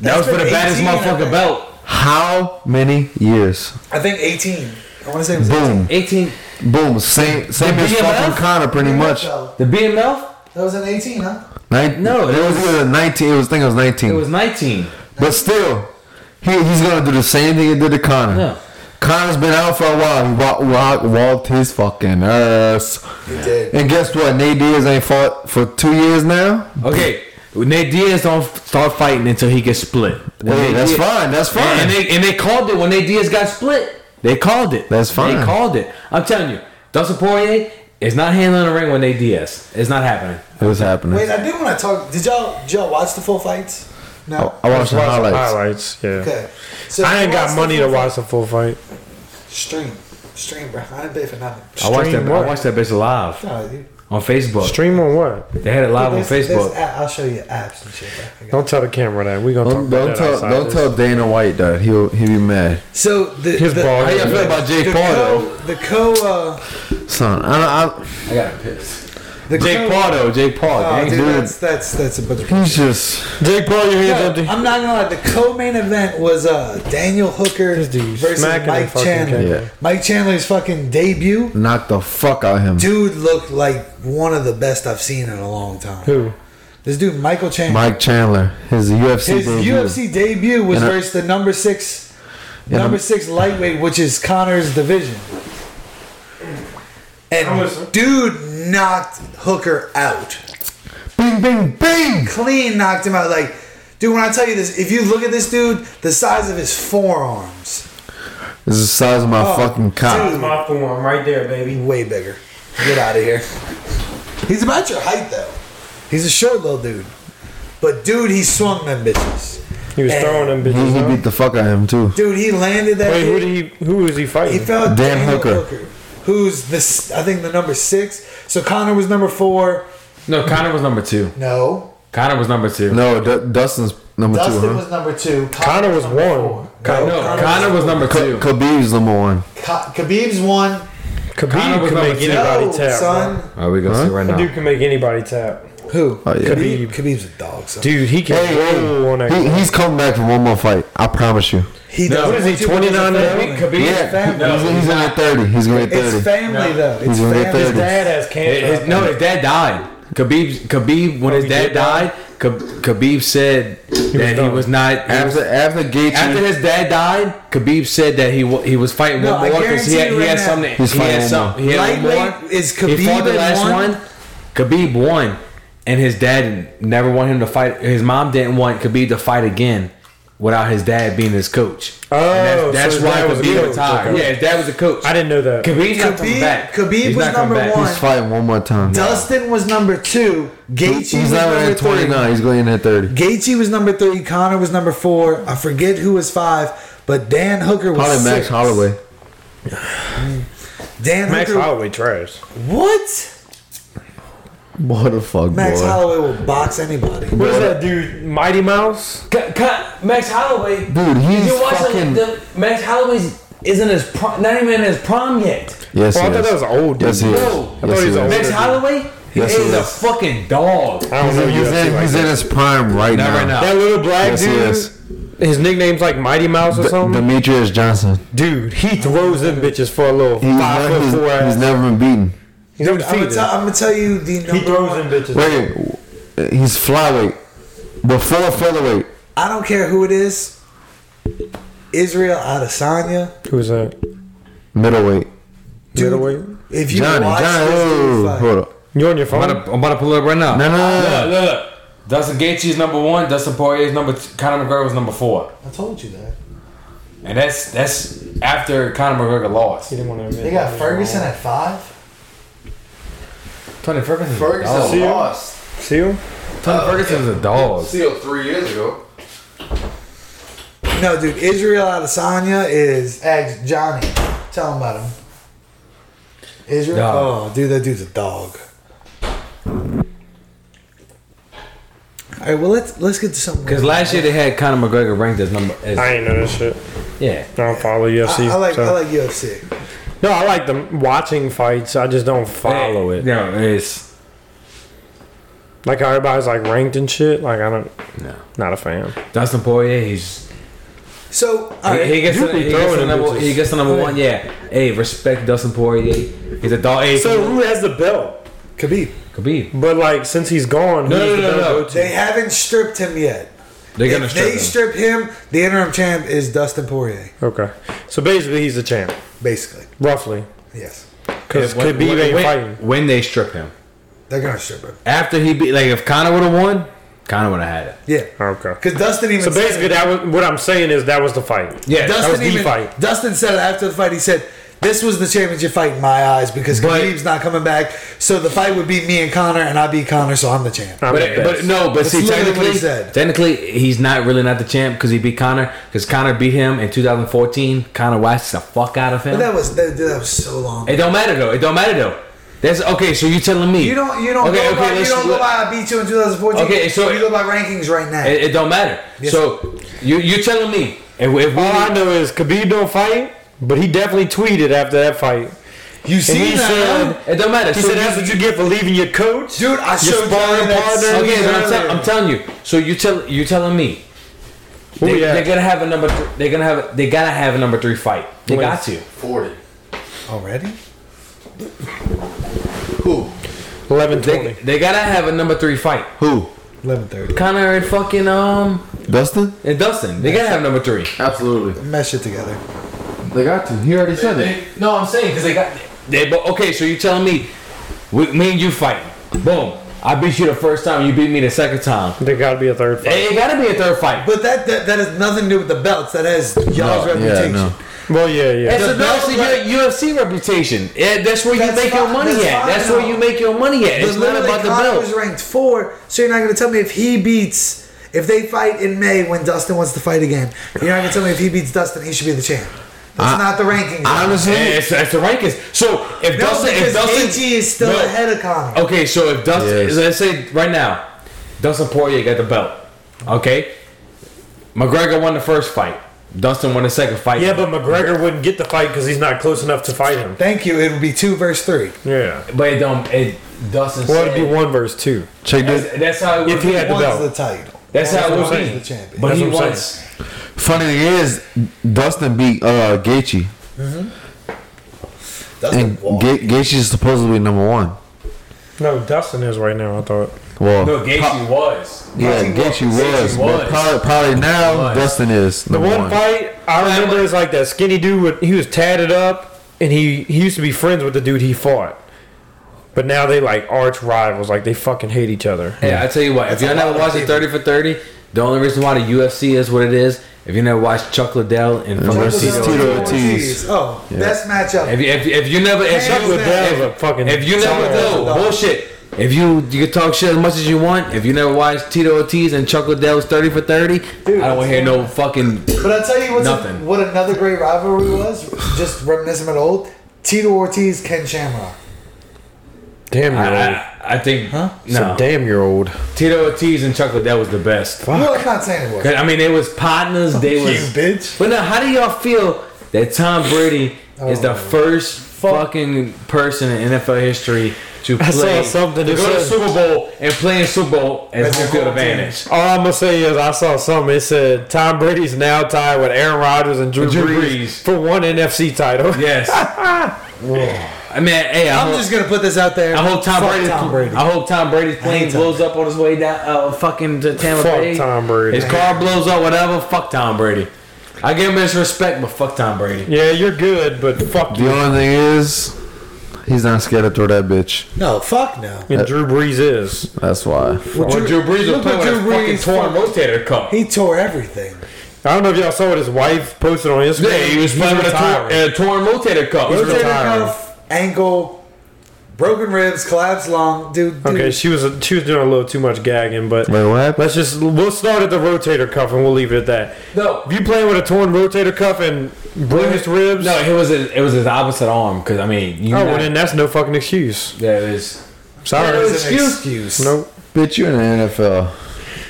that was for the
That's
baddest
been 18, I
motherfucker
think.
belt.
How many years?
I think 18. I want to say it was 18.
Boom,
18,
boom. Same, same as
BMF?
fucking Conor, pretty much.
That
the BML,
was an 18, huh?
Nin-
No,
it
it
was
was-
either nineteen. It was I think it was nineteen.
it was 19.
but still, he, he's gonna do the same thing he did to Conor.
Yeah.
Conor's been out for a while. He walked, walked, walked his fucking ass.
He did.
And guess what? Nate Diaz ain't fought for two years now.
Okay, Nate Diaz don't f- start fighting until he gets split. When
Hey,
Nate
that's
Diaz-
fine. That's fine.
And they, and they called it when Nate Diaz got split. They called it.
That's fine.
They called it. I'm telling you, Dustin Poirier is not handling the ring with Nate Diaz. It's not happening.
it was happening.
Wait, I did want to talk. Did y'all, did y'all watch the full fights? No.
I watched the
Watch the
highlights.
highlights. Yeah.
Okay. So
I
if
ain't
you
got
watch
money
the
to
full
watch the full fight.
fight- Stream. Stream, bro. I didn't pay for nothing.
I watched that.
Stream
I
what?
watched that bitch live
No, dude.
on Facebook.
Stream on what?
They had it live on
There's- there's
Facebook.
app- I'll show you apps and shit, bro. I got-
Don't tell the camera that. We gonna
Don't,
talk about
don't
that
tell
outside
don't
this.
tell Dana White that he'll he'll be mad.
So the
His
the,
ball
How y'all
is-
feel about Jake
the
Paul though?
co the co uh,
Son, I, I,
I got pissed.
the
Jake
co-
Paul though. Jake Paul.
Oh,
gang.
dude,
dude.
that's that's that's a bunch of
he's just
Jake Paul, your hands empty.
I'm not gonna lie. The co-main event was uh, Daniel Hooker
dude
versus
smacking the
Mike
fucking
Chandler.
camera. Yeah.
Mike Chandler's fucking debut.
knocked the fuck out of him.
Dude looked like one of the best I've seen in a long time.
Who?
This dude, Michael Chandler.
Mike Chandler, his UFC
His
debut.
UFC debut was
And I-
versus the number six
And
Number
I'm-
six lightweight, which is Connor's division.
listening.
And dude knocked Hooker out.
Bing, bing, bing.
Clean knocked him out. Like, dude, when I tell you this, if you look at this dude, the size of his forearms,
This is the size of my
Oh,
fucking cock.
That's my form right there, baby.
way bigger. Get out of here. He's about your height though. He's a short little dude. But dude, he swung them bitches.
He was
And-
throwing them
He,
bitches.
he
huh?
beat the fuck out of him too.
Dude, he landed that.
Wait, who
hit.
did he? Who was he
He
fighting?
fell.
Dan Hooker.
who's this? I think the number six. So Connor was number four.
No, Connor was number two.
No,
Connor was number two.
No, D- Dustin's number
Dustin
two, huh?
was number two.
Connor was
number
one.
four.
Con- no,
Connor
Connor was number
K-
two.
Khabib's number one.
Ka- Khabib's one.
Khabib
Conor was
can
number
make
two.
anybody
No,
tap. Son.
son.
Are we gonna see right
That
now?
dude can make anybody tap.
Who?
Oh, yeah.
Khabib. Khabib's a dog. Son.
Dude, he can
Hey,
roll on that.
He, he's coming back for one more fight. I promise you.
He
No.
doesn't
What is
want
he,
to, but he's a
29 now?
family.
Khabib-
Yeah,
No,
he's,
he's
he's gonna
not.
get thirty. He's gonna get
It's
thirty.
family though. It's
He's gonna get
family.
His
thirty.
dad has cancer.
His- no, his dad died. Khabib, Khabib, when his
he
dad
did die?
died, Khab- Khabib said that he
done.
was not. he was-
After after Gaethje,
after his dad died, Khabib said that he wa- he was fighting
No, I
one more because he
guarantee
had,
you
he
right
had
now-
something.
He's
He
fighting
had
one
some. He had one more.
Lightweight is
he fought
Khabib
the
in
last
one?
one. Khabib won, and his dad never wanted him to fight. His mom didn't want Khabib to fight again without his dad being his coach.
Oh,
And
so
that's, that's
his
why
dad was a
Khabib
coach.
retired.
Okay.
Yeah, his dad was a coach.
I didn't know that.
Khabib's not
Khabib-
coming back.
Khabib
He's
was
not coming
number
back.
one.
he's fighting one more time.
Dustin was number two.
He-
Gaethje
he's
was
not gonna
number
hit twenty
three.
nine. He's going to hit thirty.
Gaethje was number three. Connor was number four. I forget who was five, but Dan Hooker was
Probably Max
six.
Holloway.
Dan
Max
Hooker.
Holloway trash.
What?
What the fuck,
Max
boy?
Holloway will box anybody.
What is that dude? Mighty Mouse?
Cut, cut, Max Holloway.
Dude, he's
You're watching
fucking-
the, Max Holloway's isn't his prom, not even in his prom yet.
Yes,
Oh, I
he
thought
is.
that was an old dude.
Yes, he is.
No.
I
Yes,
thought he was
he
an
is.
old
Max
dude.
Holloway
Yes, he
is a
is.
fucking dog.
I don't know.
He's
UFC
in,
like
he's
that.
in his prime right
Not
now.
right now.
That little black
Yes, he is.
dude. His nickname's like Mighty Mouse or
D-
something.
Demetrius Johnson.
dude, he throws them bitches for a little
He's,
five
never,
foot
he's,
four ass.
he's never been beaten.
He's never
I'm gonna,
defeated.
tell, I'm gonna tell you the number
He throws
one.
them bitches.
Wait, w- he's flyweight before featherweight.
I don't care who it is. Israel Adesanya.
Who's that?
Middleweight.
Dude,
Middleweight?
If you
Johnny,
watch
Johnny,
this dude
oh,
fight,
hold up.
You on your phone?
I'm about, to, I'm about to pull it up right now.
No, no, no,
Look, look, look. Dustin Gaethje is number one. Dustin Poirier is number two. Conor McGregor was number four.
I told you that.
And that's that's after Conor McGregor lost.
He didn't want to admit
They
it.
got Ferguson at five.
Tony Ferguson.
Ferguson
Ferguson.
lost.
See him?
Tony Ferguson is a dog.
Seal three years ago.
No, dude, Israel Adesanya is ex Johnny. Tell him about him. Israel.
Dog.
Oh, dude, that dude's a dog. All right, well let's let's get to something.
Because last year they had Conor McGregor ranked as number. As,
I ain't know this shit.
yeah.
I don't follow UFC.
I, I like
so-
I like UFC.
No, I like them watching fights. I just don't follow it.
No, it's
Like how everybody's like ranked and shit. Like I don't.
No.
Not a fan.
Dustin Poirier. He's
So all right,
he, he gets
You
the,
be
he gets
throwing
the
them
number
bitches.
he gets the number one. Yeah. Hey, respect Dustin Poirier. He's a dog. Hey,
So who has the belt?
Khabib.
Khabib.
But like since he's gone,
No,
who's the
no, no,
belt
no.
go to?
They haven't stripped him yet.
They're gonna
If they
strip him.
strip him, the interim champ is Dustin Poirier,
Okay. So basically, he's the champ,
basically.
roughly,
Yes,
because
When-
Khabib
when-
ain't
when-
fighting.
When they strip him.
they're gonna strip him.
After he beat, like if Conor would have won, Conor would have had it.
Yeah,
Okay.
because Dustin even
So
said
basically,
it.
that was what I'm saying is that was the fight.
Yeah,
that was
Dustin
the
even
fight.
Dustin said it after the fight. He said. This was the championship fight in my eyes because
But-
Khabib's not coming back, so the fight would be me and Connor, and I beat Connor, so I'm the champ.
I'm
But,
the
but
best.
no, but
That's
see,
literally what
technically,
he said.
technically, he's not really not the champ because he beat Conor because Conor beat him in 2014. Conor waxed the fuck out of him.
But that was that, that was so long.
it don't matter though. It don't matter though. That's okay. So you telling me
You don't you don't
Okay,
go
okay,
by you
let's-
don't go by I beat you in 2014.
Okay, so-
you go by rankings right now.
It, it don't matter. So you you telling me if, if we
All Oh, I know is Khabib don't fight, but he definitely tweeted after that fight.
you see
he
that?
said-
it don't matter.
He
so
said,
you-
"That's what you get for leaving your coach,
Dude, I
your
showed
sparring
Johnny that
partner."
shit.
okay, but I'm,
earlier.
tell, I'm telling you. So you tell you telling me
Who
they,
we at?
are gonna have a number. Th- they're gonna have they gotta have a number three fight. They
Wait.
got to.
Forty.
already?
Who?
Eleven
They,
twenty.
they gotta have a number three fight.
Who?
Eleven thirty.
Connor and fucking um
Dustin?
and Dustin. They gotta have number three.
Absolutely.
Mesh it together.
They got to. He already said it.
No, I'm saying because they got. They, but okay, so you're telling me, we, me and you fighting. Boom. I beat you the first time. You beat me the second time.
There gotta be a third fight.
It, it gotta be a third fight.
But that, that that has nothing to do with the belts. That has y'all's
No, yeah,
reputation.
no.
Well, yeah, yeah.
That's
The
the best of
belt-
your UFC reputation. Yeah, that's where you
That's
make your
fine-
money
that's
at.
fine,
That's
though.
where you make your money at.
But
It's not
literally,
about the
Conor
belt.
was ranked four, so you're not gonna tell me if he beats if they fight in May when Dustin wants to fight again. You're not gonna tell me if he beats Dustin, he should be the champ. That's not the rankings.
Honestly,
Yeah, it's, it's the rankings. So if
no,
Dustin, if
because
Dustin
AG is still
No.
ahead of Conor.
Okay, so if Dustin,
Yes.
let's say right now, Dustin Poirier got the belt. Okay, McGregor won the first fight. Dustin won the second fight.
Yeah, but McGregor wouldn't get the fight because he's not close enough to fight him.
Thank you. It would be two versus three.
Yeah.
but it don't. It Dustin.
Well,
said-
it'd be one versus two.
check this.
That's, that's how it would
If he
be.
had the
One's
belt.
the title.
That's how it
One's
would
the champion.
be. But
That's
he
what I'm
wants.
Funny thing is, Dustin beat uh, Gaethje,
Dustin
and
walked.
Ga- Gaethje is supposed to be number one.
No, Dustin is right now. I thought.
Well,
No, Gaethje was.
yeah,
Gaethje
Gaethje
was.
was,
Gaethje
but
was.
probably, probably now
Was.
Dustin is
The
number
one
one.
fight I remember is like that skinny dude. With, he was tatted up, and he he used to be friends with the dude he fought. But now they like arch rivals. Like they fucking hate each other.
Yeah, I tell you what. If you're never watching Thirty for Thirty, the only reason why the UFC is what it is. If you never watched Chuck Liddell and
versus Tito
versus Tito.
Ortiz.
Oh, best matchup.
If you, if, you- if you never if
Chuck
you-
Liddell's
if-
a fucking
if you never
tired
know
dog.
bullshit. If you you can talk shit as much as you want, if you never watched Tito Ortiz and Chuck Liddell's Thirty for Thirty, I don't want to hear no fucking.
But I'll tell you what's
Nothing.
what another great rivalry was, just reminiscent of old, Tito Ortiz, Ken Shamrock.
Damn,
I,
you're old.
I- I think
So
no.
damn, you're old.
Tito Ortiz and Chuck Liddell was the best.
Well, I'm not saying it was.
'Cause, I mean, they was partners. They
You
was
bitch. Oh
But now, how do y'all feel that Tom Brady is the first fucking person in NFL history to play
I saw something
to
that
go to the
said-
Super Bowl and play in Super Bowl as
As
home
a
field
home team.
advantage?
All I'm gonna say is I saw something. It said Tom Brady's now tied with Aaron Rodgers and Drew,
Drew
Brees,
Brees.
for one NFC title.
Yes. I mean, hey, I
I'm
hope,
just gonna put this out there.
I hope Tom,
Fuck
Brady,
Tom Brady.
I hope Tom Brady's plane
Tom
blows up on his way down, uh, fucking to Tampa
Fuck
Bay.
Tom Brady.
His car blows up, whatever. Fuck Tom Brady. I give him his respect, but fuck Tom Brady.
Yeah, you're good, but fuck
the
you.
only thing is, he's not scared to throw that bitch.
No, fuck no.
And Drew Brees is.
That's why.
Well,
When Oh, Drew Brees was
look
playing
what
with a
Drew
fucking
Brees
torn
fucked.
rotator cuff.
He tore everything.
I don't know if y'all saw what his wife posted on Instagram.
Yeah, he was
He's
playing with a, tor-
retiring.
a torn rotator cuff.
He's
Rotator
Uh-huh.
retiring.
cuff, ankle, broken ribs, collapsed lung, dude. dude.
Okay, she was she was doing a little too much gagging, but
Wait, what happened?
let's just we'll start at the rotator cuff and we'll leave it at that.
No,
If you playing with a torn rotator cuff and bruised ribs,
no, it was a, it was his opposite arm because I mean, you
oh,
know,
well, then that's no fucking excuse.
yeah, it is.
Sorry,
That was an
excuse.
excuse.
Nope.
Bitch, you in the NFL.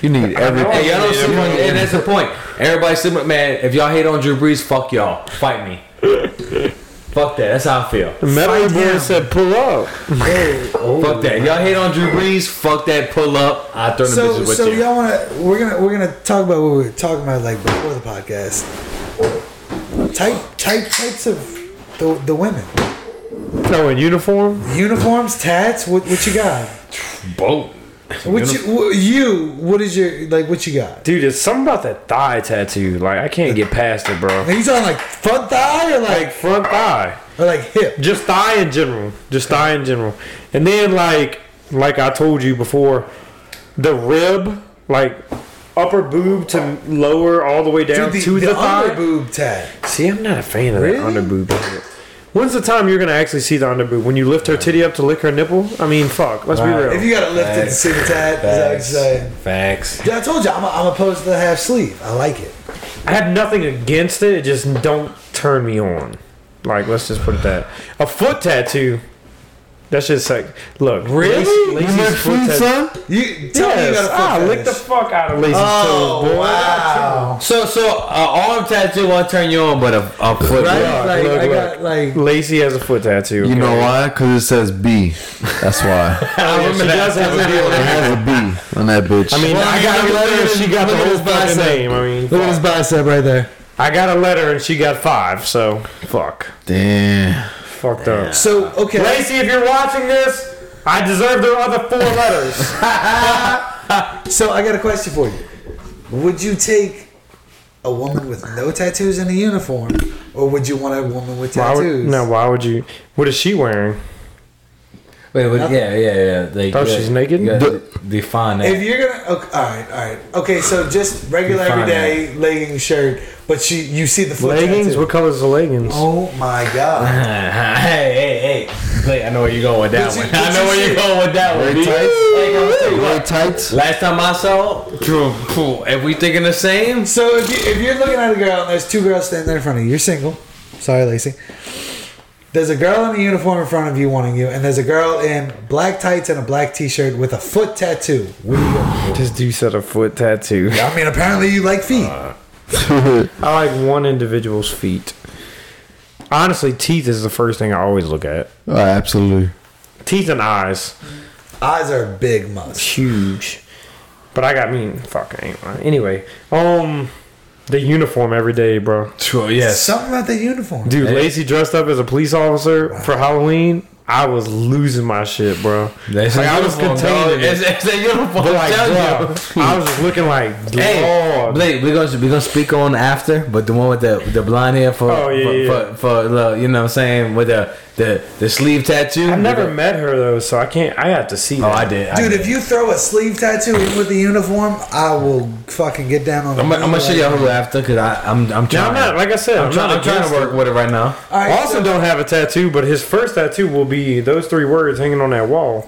You need everything.
Hey, y'all don't
Yeah,
see
yeah, yeah.
and that's the point. Everybody, sit, man, if y'all hate on Drew Brees, fuck y'all, fight me. fuck that. That's how I feel.
The medical
Fight him.
board said pull up.
Fuck that. Y'all hate on Drew Brees. Fuck that. Pull up. I throw the
So,
bitches with
so
you.
y'all wanna we're gonna we're gonna talk about what we were talking about like before the podcast. Type type types of the the women.
No, in uniform.
Uniforms, tats. What what you got?
Boat.
What you wh- you what is your like? What you got?
Dude, it's something about that thigh tattoo. Like I can't get past it, bro.
Are you talking like front thigh or
Like
like
front thigh.
or like hip?
just thigh in general, just thigh in general, and then like like I told you before, the rib like upper boob to lower all the way down
Dude, the,
to the,
the,
thigh.
under boob tat.
See, I'm not a fan of
Really?
that under boob. shit. When's the time you're gonna actually see the under boob when you lift her titty up to lick her nipple? I mean, fuck. Let's be real.
If you got to lift it and see the tat, is that what you're saying?
Facts.
Yeah, I told you I'm, I'm opposed to the half sleeve. I like it.
I have nothing against it. It just don't turn me on. Like, let's just put it that. A foot tattoo. That's just like, look.
Really?
Lacey-
You
Lacey's
make food,
tattoo-
son?
You tell me you
Yes,
got a foot
I ah, lick
fetish.
the fuck out of Lacey's
oh
toes, boy.
wow!
So, so uh, arm tattoo won't turn you on, but a, a foot.
Right?
Look,
like
look,
I
look.
got like
Lacey has a foot tattoo.
You
okay?
know why? Because it says B. That's why.
I remember
She
that.
does have a deal.
it has a B on that bitch.
I mean,
Well,
I
you
got a
look at
letter and
his-
she got the
look at
whole
his
fucking
bicep.
name. I mean,
look at his bicep right there.
I got a letter and she got five, so fuck.
damn.
Fucked up.
So okay,
Lacey, if you're watching this, I deserve the other four letters.
So I got a question for you. Would you take a woman with no tattoos in a uniform, or would you want a woman with
Why would,
tattoos?
no, why would you? What is she wearing?
Wait, wait, yeah, yeah, yeah. Like,
Oh,
you
she's
gotta-
naked?
You gotta define that.
If you're gonna, okay, all right, all right, okay. So just regular
Fine.
everyday legging shirt, but she, you see the foot
Leggings?
tattoo.
What color is the leggings?
Oh my god!
hey, hey, hey. Clay, I know where you're going with that
Did you-
one. I
did
know
you
where
see-
you're going with that one.
Gray
B. Hey, I'm gonna tell
tights. Gray
you what.
tights.
Last time I saw, Drew, cool. If we thinking the same,
So if you if you're looking at a girl and there's two girls standing there in front of you, you're single. Sorry, Lacey. There's a girl in a uniform in front of you wanting you, and there's a girl in black tights and a black t-shirt with a foot tattoo. What do you go?
This dude said a foot tattoo.
I mean, apparently you like feet.
I like one individual's feet. Honestly, teeth is the first thing I always look at.
Oh, absolutely.
Teeth and eyes,
Eyes are a big must.
huge. But I got I mean, fuck, I ain't lying. Anyway, um, the uniform every day, bro.
True, yes.
Something about the uniform.
Dude, Lacey dressed up as a police officer for Halloween. I was losing my shit, bro.
That's
like
a
I was
uniform,
containing
dog. It's,
it.
it's a uniform.
But
I'm
like,
telling you.
bro, I was just looking like,
Hey,
Lord.
Blake, we're gonna we're gonna speak on after, but the one with the the blonde hair for
Oh, yeah,
for,
yeah,
for, for, the- you know what I'm saying with the the, the sleeve tattoo.
I've never met her though, so I can't. I have to see.
Oh,
that.
I did, I
Dude,
did.
if you throw a sleeve tattoo in with the uniform, I will fucking get down on. the
I'm, gonna- I'm gonna show
ground.
y'all who after because I'm I'm
No,
trying.
I'm not. Like I said, I'm,
I'm
not
trying, I'm trying to
against
work
it.
with it right now.
All right,
Austin
so-
don't have a tattoo, but his first tattoo will be those three words hanging on that wall.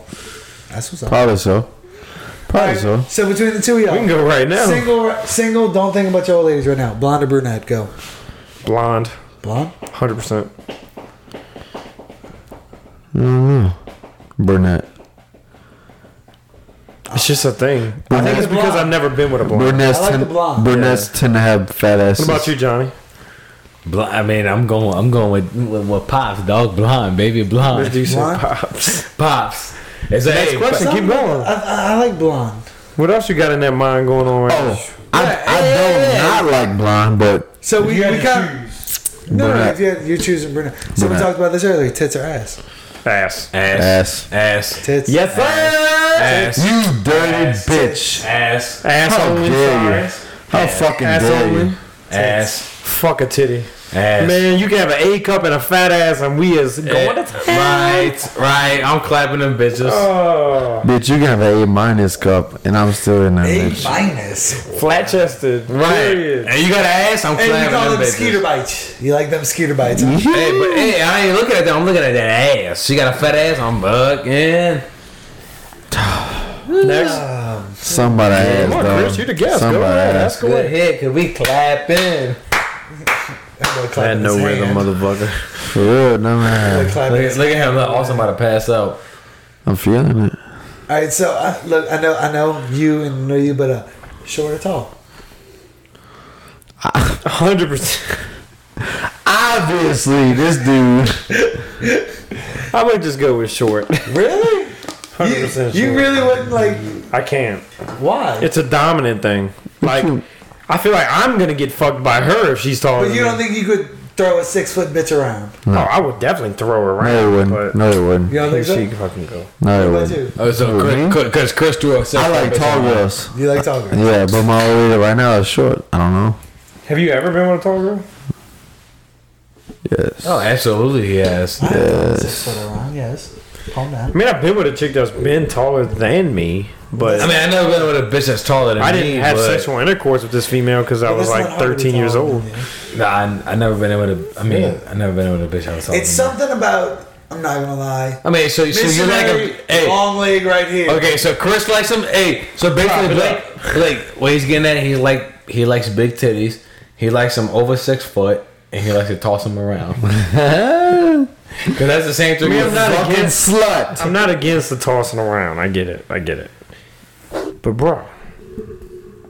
That's what's up.
Probably so. Probably
All
so.
right, so between the two of y'all,
We can go right now.
Single, single. Don't think about your old ladies right now. Blonde or brunette? Go.
Blonde,
Blonde.
hundred percent.
Burnett.
It's just a thing. I think it's because I've never been with a blonde.
Burnett's
I like the
tend,
blonde.
Burnett's tend to have fat asses.
What about you, Johnny?
Bl- I mean, I'm going I'm going with with, with pops, dog, blonde, baby,
This
blonde,
dude said
Blonde?
pops.
pops. It's a hey,
question. Keep
Something about-
going.
I, I- I like blonde.
What else you got in that mind going on right
Oh, I, I don't not like blonde, but
So we we got no, no.
Brunette.
If you're, you're choosing brunette, so we
Brunette.
talked about this earlier. Tits or ass?
now? Ass.
now? Ass, ass,
Tits.
Yes, sir.
ass,
you dirty
Ass.
bitch.
ass,
Ass
How
only.
dare you?
Sorry.
How fucking
Ass
dare you?
only.
ass,
Fuck a titty.
ass.
Man, you can have an A cup and a fat ass, and we is going to
Right, right. I'm clapping them bitches.
Oh,
Bitch, you can have an A minus cup, and I'm still in that
A
bitch.
minus.
flat chested.
Right.
Period.
And you got an ass, I'm
Hey, you
clapping
call
them
them skeeter
bitches.
bites. You like them skeeter bites? Huh?
Hey, but hey, I ain't looking at that. I'm looking at that ass. She got a fat ass. I'm bugging.
Next.
Somebody ass,
Come on,
dog.
Chris, you the guest. Go
Somebody
ahead.
ass.
That's cool.
Good hit, cause we clapping.
That boy
I
clapping
had
his
nowhere the
hand.
motherfucker.
For real, no
Boy
man.
clapping
Look, at-
his
look at him. Look, also about to pass out.
I'm feeling it.
All right, so uh, look, I know, I know you and know you, but uh, short or tall?
hundred percent.
Obviously, this dude.
I would just go with short.
Really?
Hundred
You,
percent.
you really wouldn't like?
I can't.
Why?
It's a dominant thing. Like, I feel like I'm gonna get fucked by her if she's taller.
but you
than
don't
me.
think you could throw a six foot bitch around?
Oh, I would definitely throw her around.
No, it wouldn't.
But
No, it wouldn't.
You don't think so?
she can fucking go.
No, it
What about
wouldn't.
you?
Oh, so
Mm-hmm.
Mhm.
because Chris, Chris threw a
I like tall girls.
You like tall girls?
Yeah, but my old lady right now is short. I don't know.
Have you ever been with a tall girl?
Yes.
Oh, absolutely, yes.
I don't know, Six foot around, yes. Calm
I
down.
mean, I've been with a chick that's been taller than me, but
I
I,
mean, I never been with a bitch that's taller than me.
didn't have
but-
sexual intercourse with this female because I
But
was
it's
like
not hard to
13 years
tell,
old.
yeah.
Nah, I, I never been with a. I mean, I never been with a bitch that was taller.
It's
than me.
something about. I'm not gonna lie.
I mean, so, so you're like
Missionary,
a. Hey,
long leg right here.
Okay, so Chris likes him. Hey, so basically,
Prop
Blake, Blake, what he's getting at, he's like, he likes big titties. He likes them over six foot, and he likes to toss them around. Cause that's the same thing.
I mean,
with
I'm not
fucking-
against-
slut.
I'm not against the tossing around. I get it. I get it. But bro,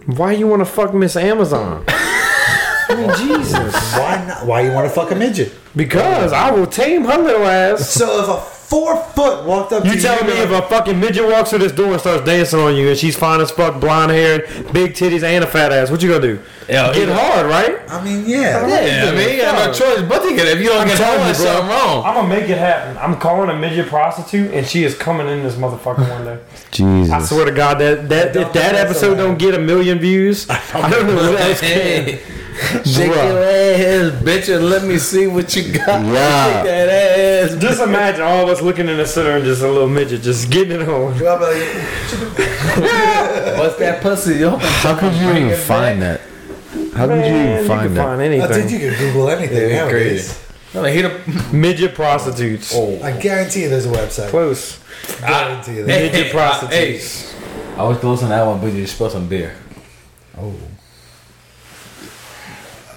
why you want to fuck Miss Amazon? I mean, Jesus.
Why not? Why you want to fuck a midget?
Because I will tame her little ass.
So if a four foot walked up to
You telling me
you're
if
like,
a fucking midget walks through this door and starts dancing on you, and she's fine as fuck, blonde haired, big titties, and a fat ass, what you gonna do?
Yeah,
Get
yeah.
hard, right?
I mean, yeah.
Yeah, I mean, you got no choice but to get it. If you don't get
telling
home,
you,
that's
bro.
something wrong.
I'm gonna make it happen. I'm calling a midget prostitute, and she is coming in this motherfucker one day. I
Jesus.
swear to God, that that if that episode don't get a million views, I don't know what else can.
Hey, shake your ass, bitch, and let me see what you got.
Yeah.
Shake that ass.
Just imagine all of us looking in the center and just a little midget just getting it on.
Well, but you-
What's that pussy, yo?
How could you even find that? How could you
Man,
even find
can
that?
find
I think
anything.
you could Google anything nowadays.
I hit a
Midget prostitutes.
Oh.
I guarantee you there's a website.
Close.
Guarantee you
Hey,
that.
Midget
hey,
prostitutes.
I was close on that one, but you spilled some beer. Oh.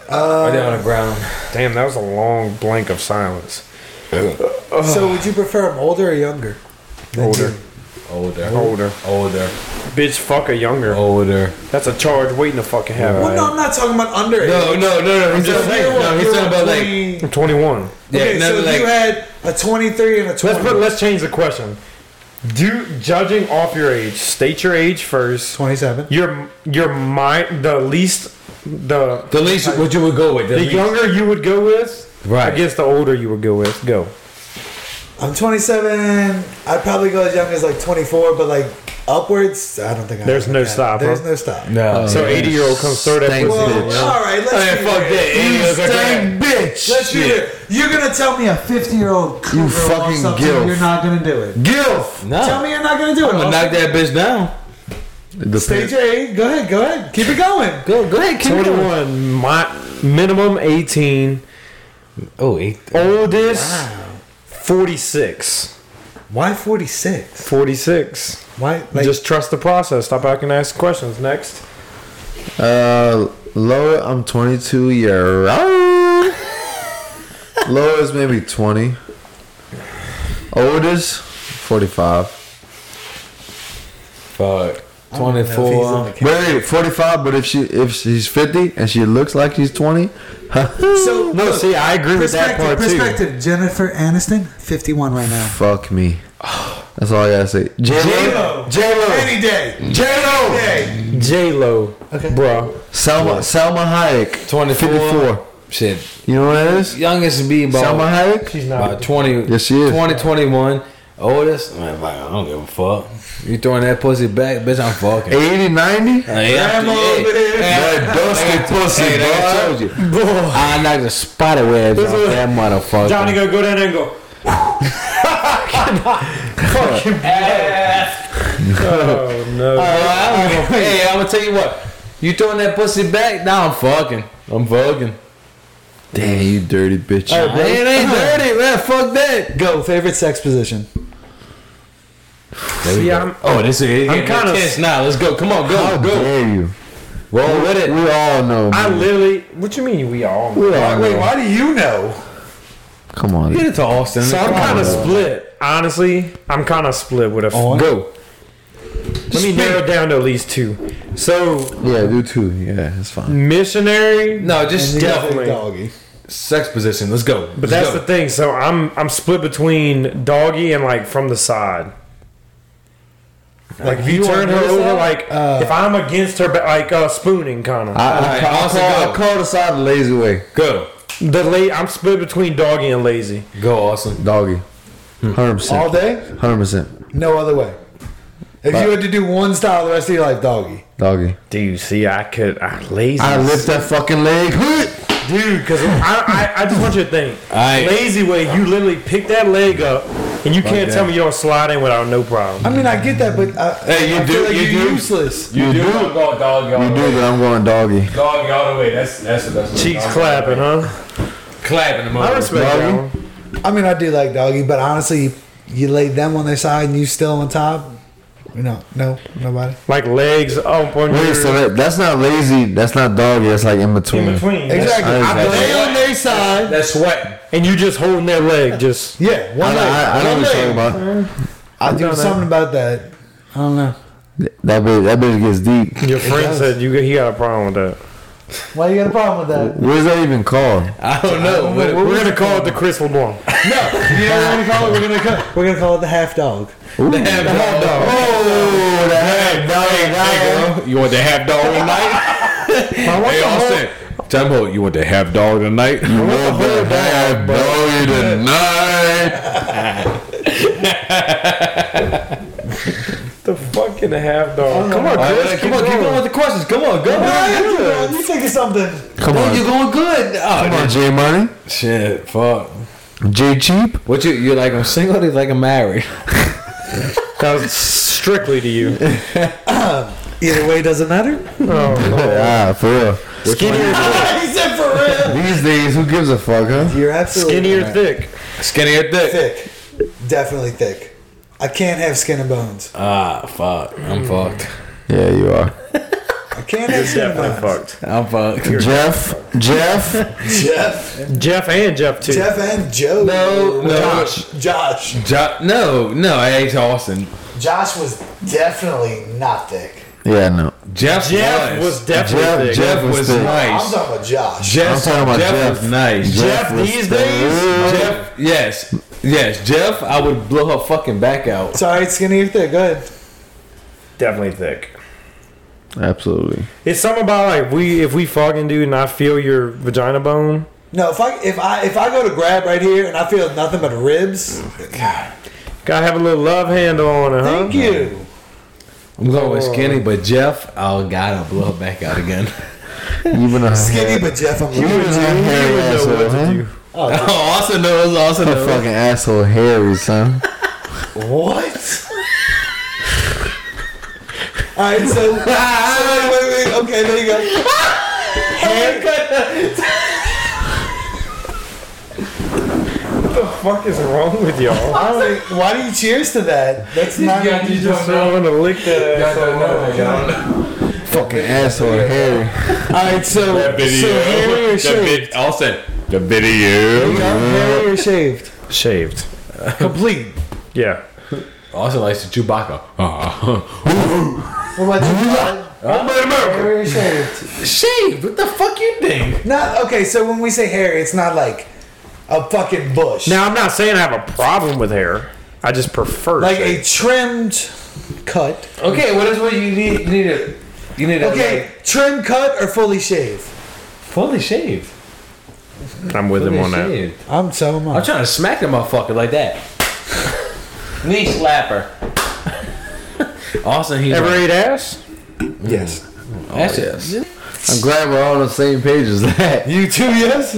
right there
Uh,
on the ground.
Damn, that was a long blank of silence.
So would you prefer him older or younger?
Older.
Older.
Older.
Older.
Bitch, fuck a
Oh.
younger.
Older.
That's a charge waiting to fucking happen.
Well, no, I'm not talking about underage.
No, no, no, no. I'm just
So if
saying.
you were-
No, he's
you
talking
were
about like.
20
I'm 21.
Yeah,
okay,
no,
so if
like.
you had a 23 and a 20.
Let's put, let's change the question. Do judging off your age, state your age first.
27.
Your your mind the least the
the least what you would go with. The,
the
least-
younger you would go with
Right.
against the older you would go with. Go.
I'm 27. I'd probably go as young as like 24, but like upwards, I don't think I
There's
would.
no
Yeah,
stop,
There's
huh?
no stop.
No.
so 80 year old comes throw that
Stank
pussy.
Well,
bitch.
all right, let's
Hey,
be
fuck
real.
that. Eighty years ago.
Dang bitch.
Let's be real. You're gonna tell me a 50 year old cougar
fucking
wants something,
gilf.
you're not gonna do it.
Gilf.
No.
Tell me you're not gonna do it.
I'm gonna knock that bitch down.
The
Stage A, go ahead, go ahead, keep it going.
Go, go ahead, keep
21, my, minimum 18,
Oh, eight.
oldest 46.
Why 46?
46.
Why like
Just trust the process. Stop acting and ask questions. Next.
Uh, lower. I'm 22 year old. Lower is maybe 20. Oldest, 45.
Fuck.
if he's on the
24.
couch.
Wait, wait, 45. But if she if she's 50 and she looks like she's 20,
So
No, see, I agree with that
perspective,
part too.
perspective. Jennifer Aniston, 51 right now.
fuck me. That's all I gotta say. J Lo, J Lo,
Any day.
J Lo,
J Lo,
Okay.
bro.
Selma, Selma Hayek,
24.
54.
Shit.
You know what that is?
Youngest would be about,
Selma Hayek.
She's not.
about 20.
Yes, she is.
20, 21. Oldest. Man, like, I don't give a fuck. You throwing that pussy back, bitch, I'm fucking.
80, 90.
Hey,
Grandma over there.
That dusty pussy,
hey,
bro.
that's-
I told you.
I knocked the spider webs off that motherfucker.
Johnny, go go down there and go. Fucking Oh no.
I don't give a- hey, I'm gonna tell you what. You throwing that pussy back? Nah, I'm fucking. I'm fucking.
Damn, you dirty bitch.
It ain't dirty, man. Fuck that.
Go. Favorite sex position.
See, I'm,
Oh, this is.
I'm
I'm kind
kinda-
of tense now. Let's go. Come on,
How
go, go.
dare you?
Roll with it.
We all know.
I
man.
literally. What you mean we all?
we all know.
do you know?
Come on.
Get it to Austin.
So I'm
Come on,
kind of
bro.
split. Honestly, I'm kind of split with a.
On?
Go. Let me narrow down to at least two. So
Yeah, do too. Yeah, it's fine.
missionary.
No, just
Definitely.
Doggy.
sex position. Let's go.
But that's the thing. So I'm I'm split between doggy and like from the side. Like if you, Uh.
you
turn
on
her
her
over,
side?
like if I'm against her, but like uh, spooning kind of.
I, I,
Alright,
ca- I,
Austin,
call,
go.
I call the side the lazy way.
go.
The late I'm split between doggy and lazy.
Go, Austin.
Doggy. 100%.
All day?
100%.
No other way. If you had to do one style the rest of your life, doggy.
Doggy.
Dude, see, I could I lazy.
I lift that fucking leg. Huh.
dude, because I, I I just want you to think.
Alright.
Lazy way, you literally pick that leg up, and you can't
that.
tell me you don't slide in without no problem.
I mean, I get that, but I,
Hey, you
I
do-
feel like
you
you're
do.
useless.
You,
do.
I'm going dog y'all.
You do that, I'm going doggy.
Dog y'all the way. That's that's the best.
Cheeks clapping, huh?
Clapping the
I
mother.
respect that
Doggy?
one.
I mean, I do like doggy, but honestly, you lay them on their side and you still on top. No, no, nobody.
Like legs up on your
Wait, so that, that's not lazy. That's not doggy. That's like in between.
in between,
Exactly.
I
I
was
lay on their side.
That's sweating.
and you just holding that leg, just
Yeah,
I, know-
one leg.
I, I know
one
what you're
leg.
talking about.
I do
No, no.
something about that. I don't know.
That bitch, that bitch gets deep.
your friend
does.
said you he got a problem with that.
Why you got a problem with that?
What is that even called?
I don't know.
We're gonna call it the Chris LeBlanc.
You know what we're gonna call it? We're gonna call, we're gonna call it the half dog.
Oh, the heck, dog.
Hey, girl, you want the half dog tonight? hey, Austin. Tell him, you want the half dog tonight?
You want the half dog tonight?
The fucking half
Oh.
dog. Come on,
All right,
Chris.
keep, on, keep going with the questions. Come on, go.
You think of something?
Come on,
You're going good. Oh,
come on, J Money,
Shit, fuck.
J Cheap.
What you you like? I'm single. You like I'm married.
That was strictly to you.
Either way, doesn't matter.
Ah, for real.
Skinnier,
he said for
These days, who gives a fuck, huh?
You're absolutely
skinnier,
right.
thick.
Skinny or thick?
thick. Definitely thick. I can't have skin and bones.
Ah, fuck. I'm fucked.
Yeah, you are.
I can't have skin and bones.
Definitely fucked.
I'm fucked.
Jeff, Jeff,
Jeff,
Jeff and Jeff too.
Jeff, and Joe.
No, no.
Josh, Josh,
Jo- no, no. I hate Austin.
Josh was definitely not thick.
yeah, no.
Jeff.
Jeff was definitely thick.
Jeff-
Jeff
was
was
thick.
I'm
nice.
talking about Josh.
Jeff,
I'm talking about
Jeff,
Jeff.
was nice.
Jeff
was
these
the-
days?
Jeff, yes, yes, Jeff. I would blow her fucking back out.
Sorry, skinny or thick. Go ahead.
Definitely thick.
Absolutely.
It's something about like we if we fucking do not feel your vagina bone.
No, if I if I if I go to grab right here and I feel nothing but ribs,
Gotta have a little love handle on it, huh?
thank you.
I'm going with skinny, but Jeff, I gotta blow her back out again.
Even a
Skinny, but Jeff, I'm
You
like,
was a hairy asshole, huh?
oh, dude,
Austin knows. Austin
A fucking asshole, hairy son.
what? All right, so, so wait,
Ah,
wait,
oh
wait, okay, there you go.
What the fuck is wrong with y'all?
I don't think- why do you cheers to that? That's not.
you just want to lick that ass.
Fucking asshole, hairy.
All right, so so hairy or shaved?
Austin. The video.
Hairy or shaved?
Shaved.
Complete.
Yeah.
Austin likes the Chewbacca.
Ah.
What about you? Hairy or shaved?
Shave. What the fuck you think?
Not okay. So when we say hairy, it's not like a fucking bush.
Now I'm not saying I have a problem with hair. I just prefer
like
shaved.
a trimmed cut.
Okay, what is what you need? You need a. You need a.
Okay, trim cut or fully shave?
fully shaved.
I'm with him on that.
shaved.
I'm so
I'm
much.
trying to smack the motherfucker like that. Knee slapper. Austin, he's
Ever
like,
ate ass?
Yes.
that's it.
I'm glad we're all on the same page as that.
You too, yes.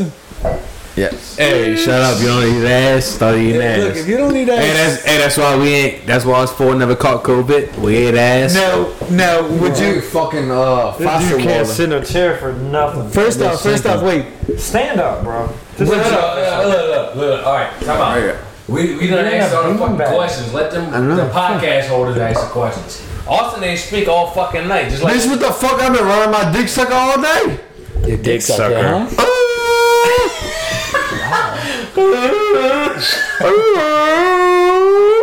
Yes.
Hey, shut up! You don't eat ass. Start eating
Look, if you don't need
Hey,
ass.
that's hey, that's why we ain't. That's why us four never caught COVID. We ate ass.
No, no. Would you?
fucking uh
You can't sit in a chair for nothing.
First off, first off, wait.
Stand up, bro. Just
Look,
sit up.
look, look, look. All right, time out. We we done asked all the fucking questions. Let them the podcast holders ask the questions. Austin ain't speak all fucking night. Just like
Bitch, what the fuck? I've been running my dick sucker all day.
Your dick
sucker.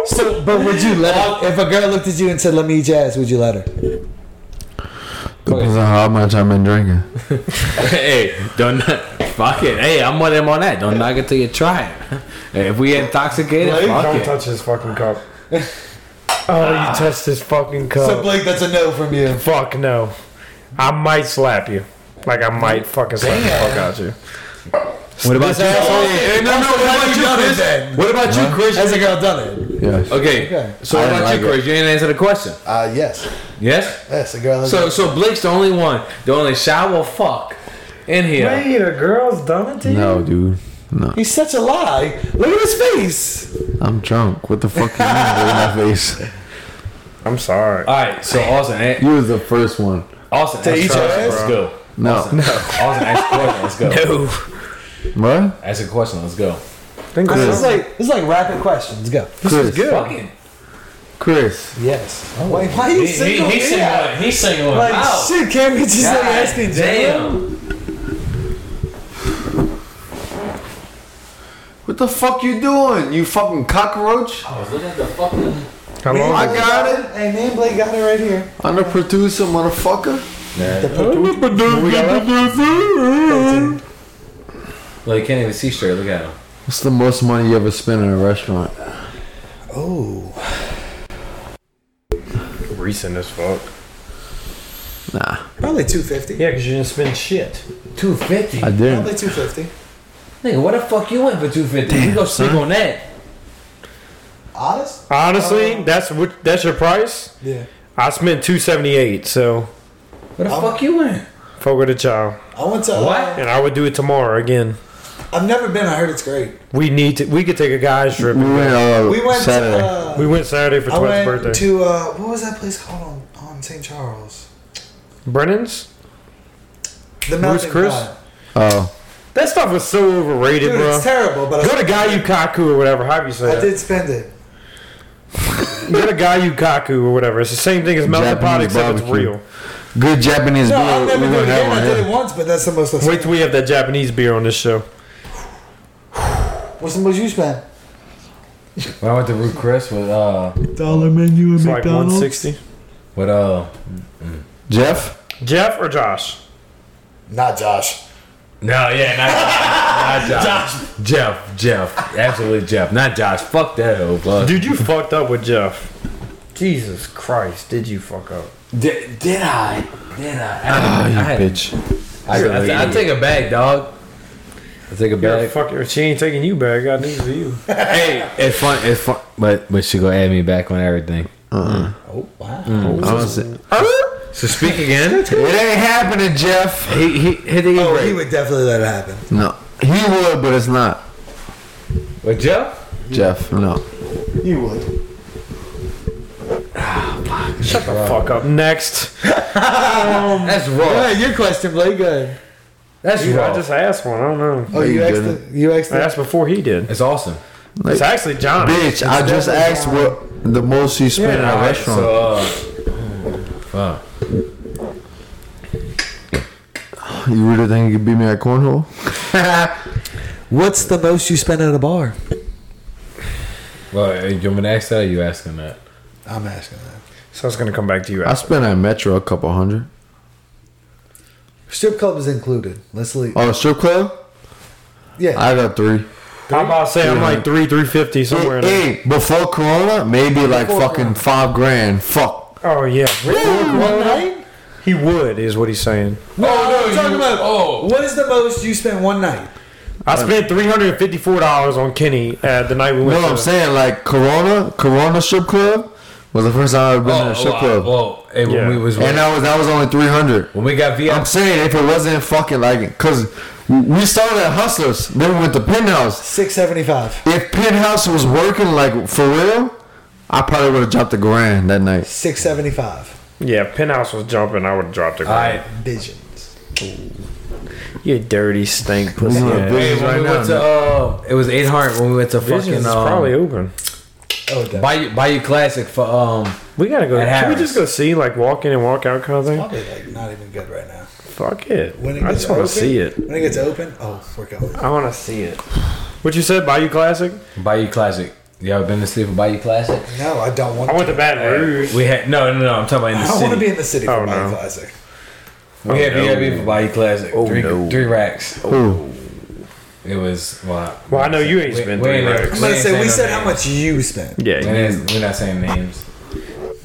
So, but would you let her, if a girl looked at you and said, "Let me eat your ass," would you let her?
Depends on how much I've been drinking.
hey, don't fuck it. Hey, I'm one of them on that. Don't knock it till you try it. Hey, if we intoxicated,
Don't
fuck it.
touch his fucking cup. Oh, you touched his fucking cup.
So Blake, that's a no from you.
Fuck no. I might slap you. Like I might fucking slap the fuck out you.
What about you?
Hey, no, no, what about you, Chris?
What about you, Chris?
Has a girl done it?
Yes.
Okay, so what
I
about
like
you,
it.
Chris? You ain't answer the question.
Uh, yes.
Yes.
Yes, a girl.
So, so Blake's the only one, the only shower fuck in here.
Wait, a girl's done it to you?
No, dude. No.
He's such a lie. Look at his face.
I'm drunk. What the fuck you mean by my face?
I'm sorry.
All right, so Austin, eh,
You was the first one.
Austin, to
each other?
Let's go.
No.
Austin, Austin, ask a question. Let's go.
What?
Ask a question. Let's go.
Think
This is
so.
like this is like rapid questions. Go.
Chris.
Fucking.
Chris.
Yes. Oh, Wait, why are you
He, he,
single?
he's singling.
yeah.
He's singling.
Like
out.
shit, can't we just like
God
asking Jay?
What the fuck you doing? You fucking cockroach?
I was looking Oh, at the fucking.
How long
Oh, I got it.
Hey, man, Blake got it right here.
I'm the producer, motherfucker.
Look, he can't even see straight. Look at him.
What's the most money you ever spent in a restaurant?
Oh,
Recent as fuck.
probably two fifty.
Yeah, because you didn't spend shit.
Two fifty.
I didn't.
Probably two fifty.
Nigga, what the fuck you went for two fifty? You go sleep on that.
Honest?
Honestly, that's what that's your price.
Yeah.
I spent two seventy eight, so
What the fuck you went?
fuck with a child,
I went to. uh,
What?
and I would do it tomorrow again.
I've never been. I heard it's great.
We need to. We could take a guys trip.
We went, uh,
We went
Saturday.
to. Uh,
We went Saturday for
I
Twit's
went
birthday.
to uh, what was that place called on, on St. Charles?
Brennan's.
The
Bruce
Mountain
Chris?
God.
oh,
That stuff was so overrated,
Dude,
bro.
it's terrible. But
Go
I,
to Guy Yukaku or whatever. How do you say
I
that?
did spend it.
Go to Guy Yukaku or whatever. It's the same thing as melted pot,
Japanese
except it's
barbecue.
real.
good Japanese
No,
beer.
I'll never
We
do it
don't
again.
have one
I did it
here.
once, but that's the most. I
Wait
spent.
till we have that Japanese beer on this show.
What's the most you spent?
When I went to Root Chris with uh
Dollar menu at
It's like one sixty.
with uh
Jeff.
Jeff or Josh?
Not Josh.
No, yeah, not, not Josh. Jeff, Jeff, absolutely Jeff, not Josh. Fuck that old bug.
Dude, you fucked up with Jeff. Jesus Christ, did you fuck up?
Did, did I? Did I? I,
You
I,
bitch.
I, I, I, take a bag, dog. I take
Yeah,
a bag.
fuck her. She ain't taking you back. Got news for you.
Hey, it's fun. It's fun, but but she gonna add me back on everything.
Oh wow.
I was- it
So speak again.
ain't happening, Jeff.
he he hit the
Oh, he
break.
would definitely let it happen.
No, he would, but it's not
With Jeff.
Jeff. No.
You would.
Shut the fuck up. Next.
That's raw.
your question, Blake. Good.
That's
Dude,
raw.
I just asked one. I don't know.
Oh,
you
you asked.
didn't.
The, you asked.
I
The,
asked before he did.
it's awesome.
It's actually John.
Bitch, I just asked what the most you spent
Yeah,
in a
alright,
restaurant.
fuck.
you really think you could beat me at cornhole?
what's the most you spent at a bar?
Well, hey, you want me to ask that? Or you asking that?
I'm asking that.
So it's gonna come back to you.
I
After.
spent at Metro a couple hundred.
Strip club is included. Let's leave.
Oh, strip club?
yeah.
I got three.
I'm about to say I'm like three, three fifty somewhere. in there.
Hey, before Corona, maybe like fucking five grand. Fuck.
Oh yeah.
one night.
He would is what he's saying.
No,
no,
I'm talking
you-
about.
oh.
What is the most you spent one night?
I spent three hundred and fifty four dollars on Kenny uh, the night we
You
went.
know what I'm
to-
saying? Like Corona, Corona strip club was the first time I've been
Oh,
in a
Oh,
strip club,
Whoa, hey, when
Yeah.
we was
and that was that was only three hundred.
when we got VIP.
I'm saying if it wasn't fucking like, cause we started at Hustlers, then we went to Penthouse.
Six seventy-five.
If Penthouse was working like for real, I probably would have dropped a grand that night.
Six seventy-five.
Yeah, Penthouse was jumping. I would have dropped it.
all right.
Visions.
You dirty stink
This
pussy.
is a
Yeah.
Hey,
business
when
right
we
now,
went to
man.
uh, it was eight hundred when we went to fucking
Visions is
um,
probably open.
Oh, damn.
Bayou, Bayou Classic for um.
We gotta go.
At
Can we
Harris.
just go see like walk in and walk out kind of thing?
Probably like not even good right now.
Fuck it.
When it
I
gets
just want to
open-
see it.
When it gets open, oh, we're going.
I want to see it. What you said, Bayou Classic?
Bayou Classic. You ever been to sleep for Bayou Classic?
No, I don't want.
I
I,
went to Baton Rouge.
We had no, no, no. I'm talking about in the
don't
city.
want to be in the city for
Oh,
oh,
no.
classic.
we had
Oh, no.
VIP for Bayou Classic. Oh, three,
no.
three racks.
Ooh.
It was well.
Well, I know you ain't
we-
spent
we
three
ain't-
racks.
I'm gonna
ain't
say
saying
we
no
said how
names.
much you spent.
We
Yeah,
ain't- We're not saying names.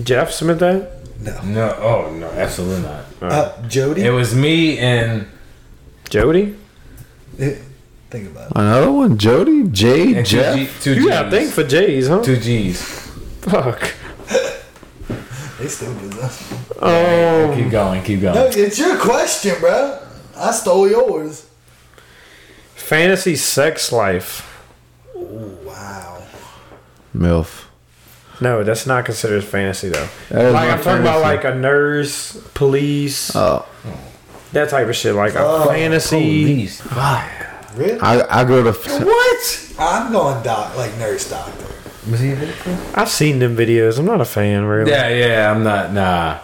Jeff Smith. That
No,
No. Oh no, absolutely not.
uh, Jody.
It was me and
Jody.
Think about it.
Another one, Jody, Jay,
and two,
Jeff.
G, two G's.
You got a thing for J's, huh?
two G's.
Fuck.
They still do that.
Oh,
Keep going. Keep
No,
going.
it's your question, bro. I stole yours.
fantasy sex life.
Wow.
Milf.
No, that's not considered fantasy though.
That is
Like
not
I'm talking about, like
fantasy.
a nurse, police,
Oh,
that type of shit. Like a
uh,
fantasy.
Please.
Really?
I I go to
What?
I'm going doc, like nurse doctor.
Was he
I've seen them videos. I'm not a fan, really.
Yeah, yeah. I'm not. Nah.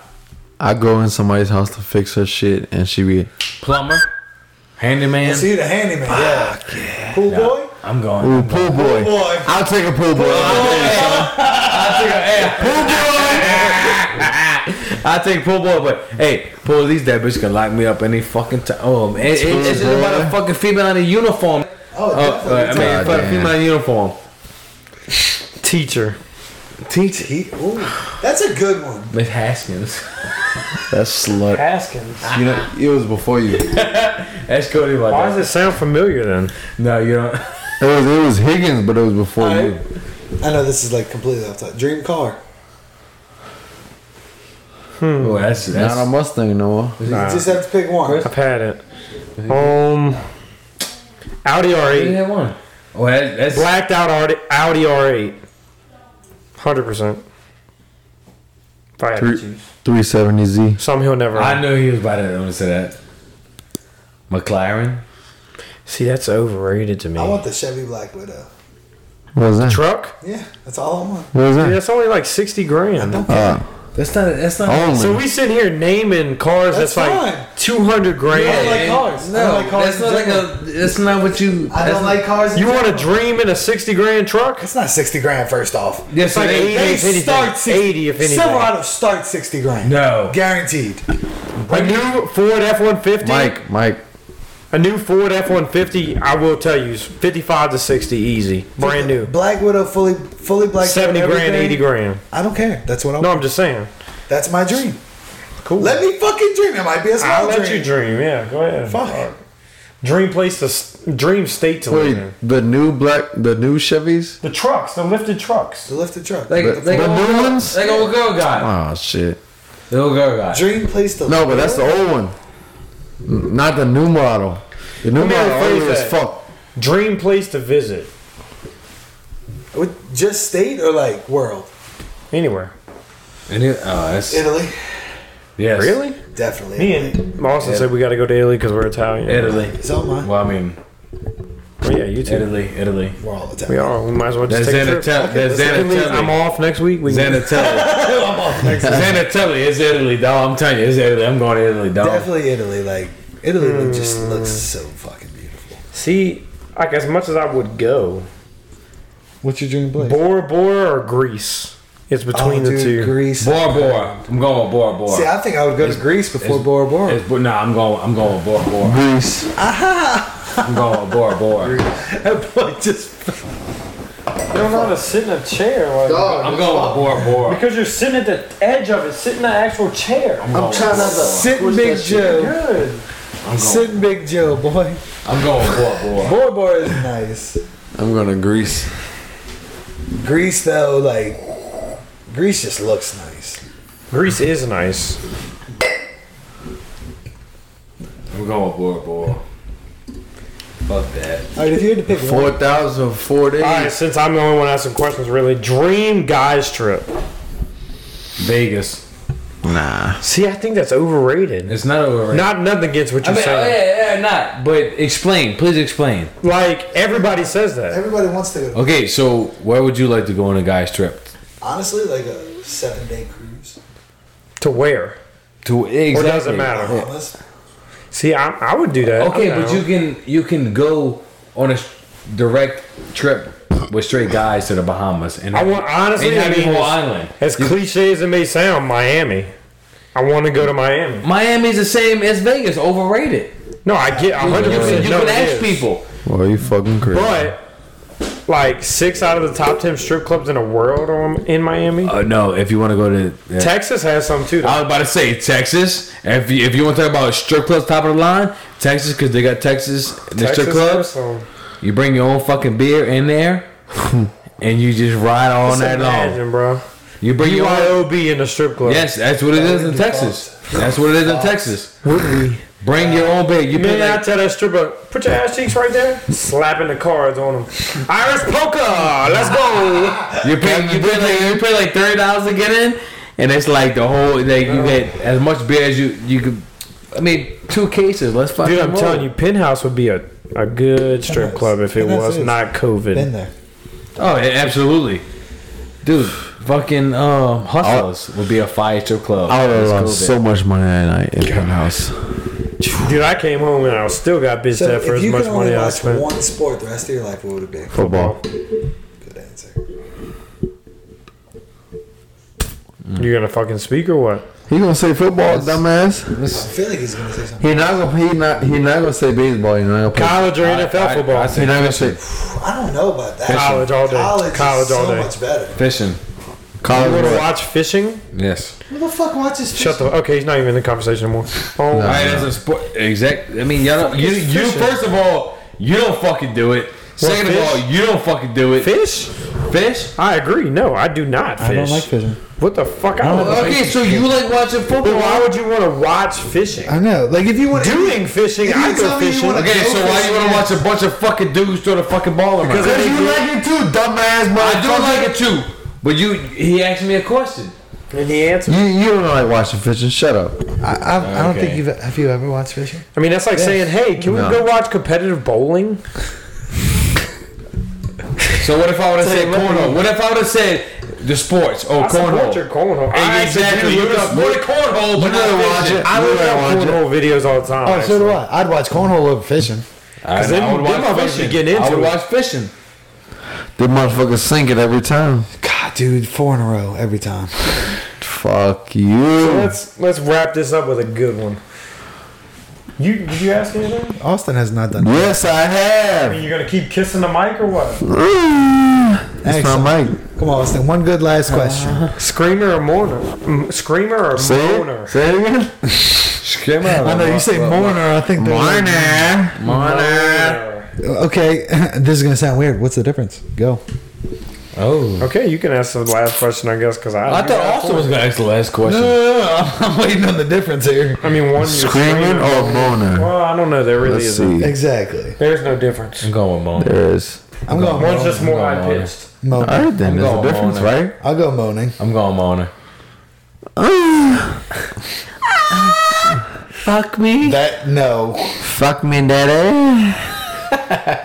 I go in somebody's house to fix her shit, and she be
Plumber. Handyman.
So you're the handyman, yeah. Oh, Pool boy.
I'm going.
ooh pool boy.
boy.
I'll take a pool boy.
I take a, pool boy. I take pool boy, but hey, police that bitch can lock me up any fucking time. Oh, man, it, it, it's just about a fucking female in a uniform.
Oh,
Oh,
definitely.
I mean,
God
for a
damn.
female uniform.
Teacher.
Teach
He- ooh, that's a good one.
Miss Haskins.
That's slut.
Haskins.
You know, it was before you.
Ask Cody about
Why
that.
does it sound familiar then?
No, you don't.
It was, it was Higgins, but it was before
All
you.
right. I know this is like completely outside. Dream car.
Oh, that's that's.
Not a Mustang no more.
You just have to pick one.
I've had it. Um, Audi
You
R8.
had one. Oh, that, that's
Blacked out Audi, Audi R8. 100%. If I had to choose.
370Z.
Some he'll never
I
own.
knew he was about to answer that. McLaren.
See, that's overrated to me.
I want the Chevy Black Widow.
What was that?
Truck?
Yeah, that's all I want.
What was
Dude,
that?
that's only like 60 grand.
Uh,
That's not. That's not.
only.
So we sit here naming cars that's,
That's fine.
like 200
I
grand.
don't like cars. I
No,
don't like cars
that's
in
not like
general.
a. That's not what you.
I don't like cars. in
You want to
general.
dream in a 60 grand truck?
It's not sixty grand. First off,
Yes,
like
it is.
eighty.
they
if anything.
start 60,
80 if anything.
Silverado start sixty grand.
No.
guaranteed.
A new Ford F 150?
Mike, Mike.
A new Ford F 150, I will tell you, is 55 to 60 easy. Brand new.
Black Widow, fully, fully black.
70 grand, 80 grand.
I don't care. That's what I
No,
want.
I'm just saying.
That's my dream.
Cool.
Let me fucking dream. It might be a small
I'll let
dream.
you dream. Yeah, go ahead.
Fuck.
Dream place to s- dream state to live in.
Wait, the new black, the new Chevys?
The trucks, the lifted trucks.
The lifted truck.
Like,
But-
like
but
old
new
girl-
ones?
Like old girl guy.
Oh shit.
The old girl guy.
dream place to
No,
live.
but that's the old one. N- Not the new model. The new
me
model
rephrase
earlier as
that.
fuck.
Dream place to visit.
With just state or like world.
Anywhere.
And it, oh, that's
Italy,
yes.
Really?
definitely.
Me
Italy.
and Austin said we got to go to Italy because we're Italian.
Italy.
so am I.
Well, I mean,
Well, yeah, you too.
Italy, Italy.
We're all Italian.
We are. We might as well just
That's
take a trip.
Zanatelli. That's
We can leave- I'm
Zanatelli.
off next week. We can-
Zanatelli. Zanatelli is Italy, dog. I'm telling you, it's Italy. I'm going to Italy, dog.
Definitely Italy. Like Italy look-
Hmm.
just looks so fucking beautiful.
See, like as much as I would go,
What's your dream place?
Bora Bora or Greece. It's between
Oh,
the two.
Oh, Greece.
Bora Bora. I'm going with Bora Bora.
See, I think I would go to Greece before
it's-
Bora Bora.
It's, but nah, I'm going. I'm going with Bora Bora.
Greece.
I'm going with Bora Bora.
That boy just
You don't know how to sit in a chair. like-
I'm going with Bora Bora.
because you're sitting at the edge of it, sitting in the actual chair.
I'm trying not to.
sitting
push
Big
that shit.
Joe.
Good.
I'm going.
Sitting Big Joe, boy.
I'm going with Bora Bora.
Bora Bora is nice.
I'm going to Greece.
Greece though, like Greece just looks nice.
Greece is nice.
I'm going with Bora Bora. Fuck that.
All right, if you had to pick one,
4,000 four days.
All right, since I'm the only one asking questions, really, dream guys trip.
Vegas.
Nah.
See, I think that's overrated.
It's not over.
Not nothing against what
I
you're
mean, oh,
saying.
yeah, yeah, not. But explain, please explain.
Like everybody says that.
everybody wants to go. To,
Okay, so where would you like to go on a guy's trip?
honestly, like a seven-day cruise.
To where?
To
Or
exactly.
doesn't matter.
Bahamas.
See, I, I would do that.
Okay,
I don't
but
know.
you can you can go on a s- direct trip with straight guys to the Bahamas and
I want honestly.
and
I
have your
mean,
whole
as-
island.
As cliche as it may sound, Miami. I want to go to Miami.
Miami's the same as Vegas, overrated.
No, I get
You,
100.
can,
percent
you
no,
can
it
ask
is.
people.
Well, you fucking crazy.
but like six out of the top 10 strip clubs in the world are in Miami.
Uh, no, if you want to go to
Texas has some too. Though.
I was about to say Texas. If you, if you want to talk about strip clubs top of the line, Texas because they got Texas, and the strip
Texas has
clubs.
some.
You bring your own fucking beer in there, and you just ride all
Just
night long.
imagine, bro.
You bring your own.
BYOB in a strip club.
Yes, that's what it is in
do
Texas. That's what it is in Texas.
Would we?
Bring your own beer. You pay
Man, I
like,
tell that stripper, put your ass cheeks right there. Slapping the cards on them. Irish poker. Let's go.
you pay you pay like you pay like thirty dollars to get in, and it's like the whole like you get as much beer as you you could. I mean, two cases. Let's fucking.
Dude, I'm
roll.
telling you, Penthouse would be a, a good strip
Penthouse.
club if it
Penthouse
was
is.
not COVID.
Been there.
Oh, yeah, absolutely. Dude, fucking um, Hustlers would be a fire strip club.
I would have
Let's go
lost
there.
so much money that night in that house.
Dude, I came home and I still got bitched
So
at for
if
as
you
much
could
money
only
I
watch
spent.
one sport the rest of your life, what would it be?
Football.
Good answer.
You gonna fucking speak or what?
He gonna say football, dumbass.
I feel like he's gonna say something.
He not gonna he not he not gonna say baseball. He not gonna play.
College or NFL
I-
football?
I
He
say
not gonna say
I don't know about that.
College all day.
College,
College
is
all
so
day.
much better.
fishing.
you
college.
want to
what?
watch fishing?
Yes.
Who the fuck watches fish?
Shut the. Okay, he's not even in the conversation anymore. Oh,
All right, that's a sport. Exactly. I mean, y'all don't, you
is
you
fishing?
first of all you don't fucking do it. Second of
fish?
all, you don't fucking do it.
fish?
Fish?
I agree. No, I do not fish.
I don't like fishing.
What the fuck? I
don't
don't.
like
Okay, so you like watching
But why
football?
would you want to watch fishing?
I know. Like if you want
Doing fishing,
if you
I go
tell me you
fishing.
wanna-
Okay, so why you want to watch a bunch of fucking dudes throw the fucking ball around?
Because
Cause you like it too, dumbass.
I do
motherfucker.
like it too, but you he asked me a question.
And the answer.
You you don't like watching fishing. Shut up.
I, I, I don't
Okay.
think you've have you ever watched fishing.
I mean, that's like saying, "Hey, can
No.
we go watch competitive bowling?"
So what if I would have
So
said
let me-
cornhole? What if I would have said the sports or
I
cornhole?
support your cornhole. I actually
Exactly.
do
You
look
would
up-
support cornhole, but
You better
not
watch
fishing.
it.
I
You
look
better
at
watch it.
cornhole videos all the time.
Oh, so do
actually.
I. I'd watch cornhole over fishing.
I,
then
I
them
would watch
motherfuckers
fishing.
get into
I would
it.
watch fishing.
Them motherfuckers sink it every time.
God, dude, four in a row every time.
Fuck you.
Let's let's wrap this up with a good one. You did you ask me anything?
Austin has not done.
Yes, I
I mean,
have.
you gonna keep kissing the mic or what?
Mm. That's
Excellent.
my mic.
Come on, Austin. One good last question.
Screamer or mourner? Mm, Screamer or
Say it.
mourner?
Say it again.
I know you say mourner. I think they're like-
Morning.
Mourner.
Okay, this is gonna sound weird. What's the difference? Go.
Oh.
Okay, you can ask the last question, I guess, because I.
I thought Austin was gonna ask the last question.
I'm waiting on the difference here.
I mean, one you're
Screaming or moaning?
Well, I don't know. There really
Let's
isn't.
see.
Exactly.
There's no difference.
I'm going with Mo.
There is.
I'm going.
One's just more
Moaning.
high pitched.
All
moaning.
right, then.
I'm
There's a
going
difference,
moaning.
right?
I'll go moaning.
I'm going Moaner.
Fuck me.
That no.
Fuck me, daddy.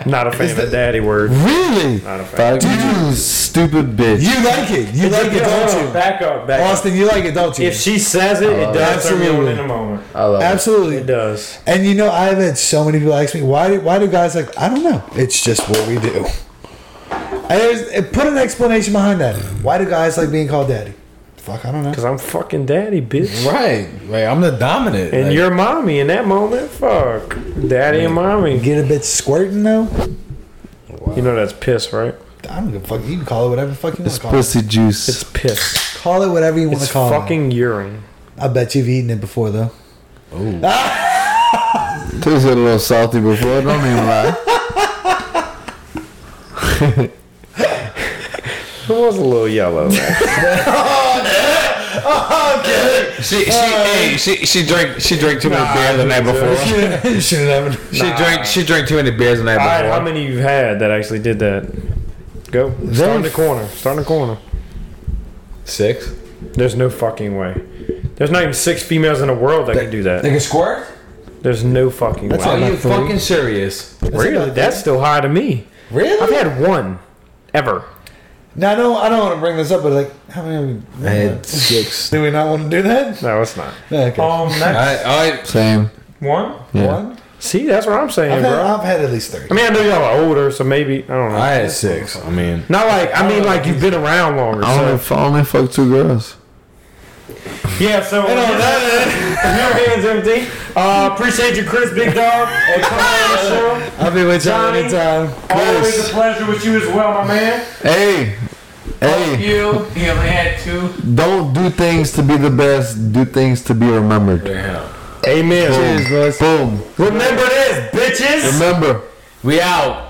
Not a fan of daddy word.
Really?
Not a fan.
Fuck you, stupid bitch.
You like it. You like it,
Hold on,
don't you?
Back up, back up.
Austin, you like it, don't you?
If she says it, it does turn me on in a moment.
I love it.
It
Absolutely.
does.
And you know, I've had so many people ask me, why do, why do guys like, I don't know. It's just what we do. And there's, and put an explanation behind that. Why do guys like being called daddy? Fuck, I don't know.
Cause I'm fucking daddy, bitch.
Right. Right. I'm the dominant.
And your mommy in that moment, fuck, daddy and mommy.
Get a bit squirting though?
You know that's piss, right?
I don't give a fuck. You can call it whatever the fuck you want
It's
to call it.
pussy juice.
It's piss.
Call it whatever you want
It's
to call
fucking urine.
it. I bet you've eaten it before though.
Tasted a little salty before. Don't even lie.
It was a little yellow.
she she
Uh,
hey, she she drank she drank too many beers the night before.
you shouldn't have.
She drank she drank too many beers the night
All right,
before.
how many you've had that actually did that? Go. Start in the corner. Start in the corner.
Six.
There's no fucking way. There's not even six females in the world that can do that.
a squirt?
There's no fucking way.
Are
not
you
three.
fucking serious?
Really? That's still high to me. I've
Really?
had one. Ever.
Now I don't. I don't want to bring this up, but like, how many?
I had six.
Do we not want to do that?
No, it's not.
No, Okay.
Um,
All
next
right. All right.
Same.
one.
Yeah.
One.
See, that's what I'm saying,
I've had,
bro.
I've had at least three.
I mean, I know y'all are older, so maybe I don't know.
I had six. I mean,
Not like I mean, like you've been around longer.
I only,
So.
f- I only fucked two girls.
Yeah, so you know, your hands empty. Uh, appreciate you, Chris, big dog. And come on the show.
I'll be with
y'all Johnny?
anytime.
Always a pleasure with you as well, my man.
Hey, hey,
You, he only had two.
don't do things to be the best. Do things to be remembered.
Amen.
Boom.
Remember this, bitches.
Remember.
we out.